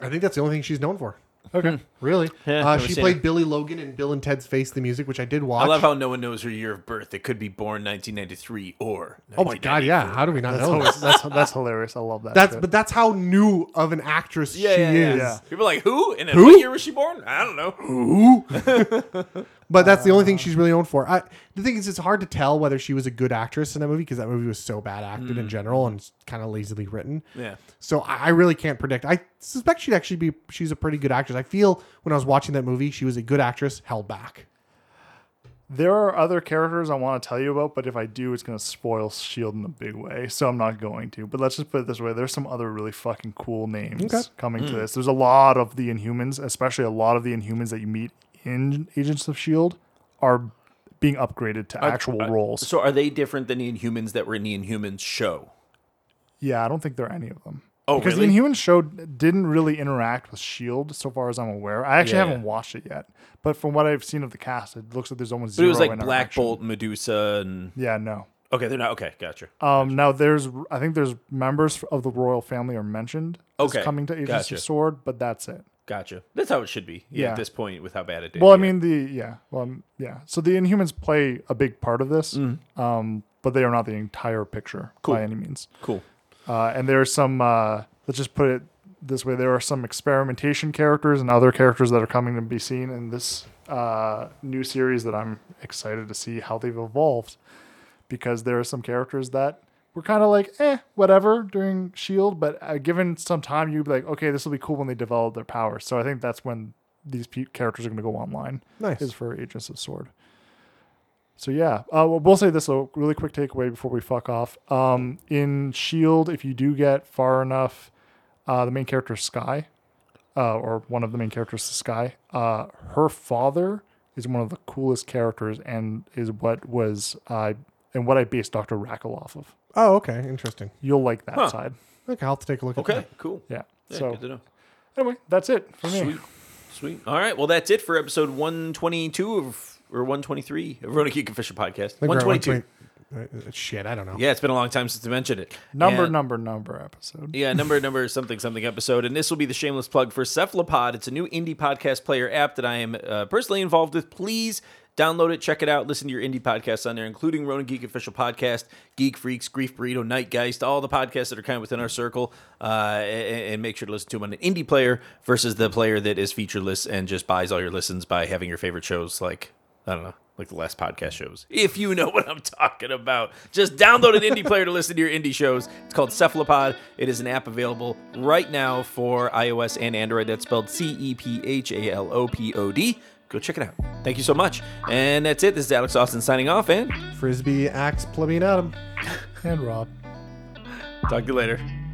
B: I think that's the only thing she's known for.
C: Okay.
B: Really?
A: Hmm. Yeah,
B: uh,
A: never
B: she
A: seen
B: played
A: her.
B: Billy Logan in Bill and Ted's Face the Music, which I did watch.
A: I love how no one knows her year of birth. It could be born 1993 or.
B: oh my god! Yeah. How do we not
C: That's,
B: know
C: hilarious.
B: this?
C: that's that's hilarious. I love that.
B: That's
C: shit.
B: but that's how new of an actress
A: Yeah,
B: she
A: yeah,
B: is.
C: yeah.
A: People are like, who? And then
B: Who?
A: what year was she born? I don't know.
B: But that's the only thing she's really
A: Um,
B: known for. I, the thing is, it's hard to tell whether she was a good actress in that movie because that movie was so bad acted in general and kind of lazily written.
A: Mm. Yeah.
B: So I, I really can't predict. I suspect she'd actually be. She's a pretty good actress. I feel when I was watching that movie, she was a good actress held back.
C: There are other characters I want to tell you about, but if I do, it's going to spoil Shield E in a big way. So I'm not going to. But let's just put it this way: there's some other really fucking cool names
B: Okay.
C: coming
A: Hmm.
C: to this. There's a lot of the Inhumans, especially a lot of the Inhumans that you meet in Agents of Shield, E are being upgraded to actual
A: are-
C: roles.
A: So are they different than the Inhumans that were in the Inhumans show?
C: yeah, I don't think there are any of them.
A: Oh,
C: because
A: really?
C: the Inhumans show didn't really interact with Shield, E so far as I'm aware. I actually
A: Yeah.
C: haven't watched it yet, but from what I've seen of the cast, it looks like there's almost
A: but
C: zero.
A: it was like Black
C: interaction.
A: Bolt, Medusa, and
C: Yeah, no.
A: okay, they're not okay. Gotcha.
C: Um, now there's, I think there's members of the royal family are mentioned. as
A: Okay,
C: coming to Agents
A: gotcha.
C: of Sword, but that's it.
A: Gotcha. That's how it should be. Yeah,
C: Yeah.
A: at this point, with how bad it did.
C: Well, I
A: yeah.
C: mean the yeah, well um, yeah. So the Inhumans play a big part of this, um, but they are not the entire picture by any means.
A: Mm. cool.
C: Uh, and there are some. Uh, let's just put it this way: there are some experimentation characters and other characters that are coming to be seen in this uh, new series that I'm excited to see how they've evolved, because there are some characters that were kind of like eh, whatever during Shield, but uh, given some time, you'd be like, okay, this will be cool when they develop their powers. So I think that's when these pe- characters are going to go online
B: Nice.
C: is for Agents of Sword. So yeah, uh, well, we'll say this though. Really quick takeaway before we fuck off. Um, in Shield, if you do get far enough, uh, the main character Sky, uh, or one of the main characters Sky, uh, her father is one of the coolest characters, and is what was uh, and what I based Doctor Rackle off of.
B: Oh, okay. Interesting.
C: You'll like that side.
B: Okay, I'll have to take a look
A: Okay,
B: at
A: cool.
C: Yeah.
A: Yeah,
C: so
A: good to know.
C: anyway, that's it for me.
A: Sweet. Sweet. All right. Well, that's it for episode 122 of, or 123 of Rona Geek and Fisher podcast.
B: that. I think we're at
A: 122.
B: 120 uh, Shit, I don't know.
A: Yeah, it's been a long time since I mentioned it.
C: Number
A: And-
C: number number episode.
A: Yeah, number number something something episode, and this will be the shameless plug for Cephalopod. It's a new indie podcast player app that I am uh, personally involved with. Please download it, check it out, listen to your indie podcasts on there, including Ronan Geek Official Podcast, Geek Freaks, Grief Burrito, Nightgeist, all the podcasts that are kind of within our circle, uh, and, and make sure to listen to them on an indie player versus the player that is featureless and just buys all your listens by having your favorite shows like I don't know, like the last podcast shows. If you know what I'm talking about, just download an indie player to listen to your indie shows. It's called Cephalopod. It is an app available right now for iOS and Android. That's spelled C E P H A L O P O D. Go check it out. Thank you so much. And that's it. This is Alex Austin signing off, and
B: Frisbee axe plumbing Adam.
C: And Rob.
A: talk to you later.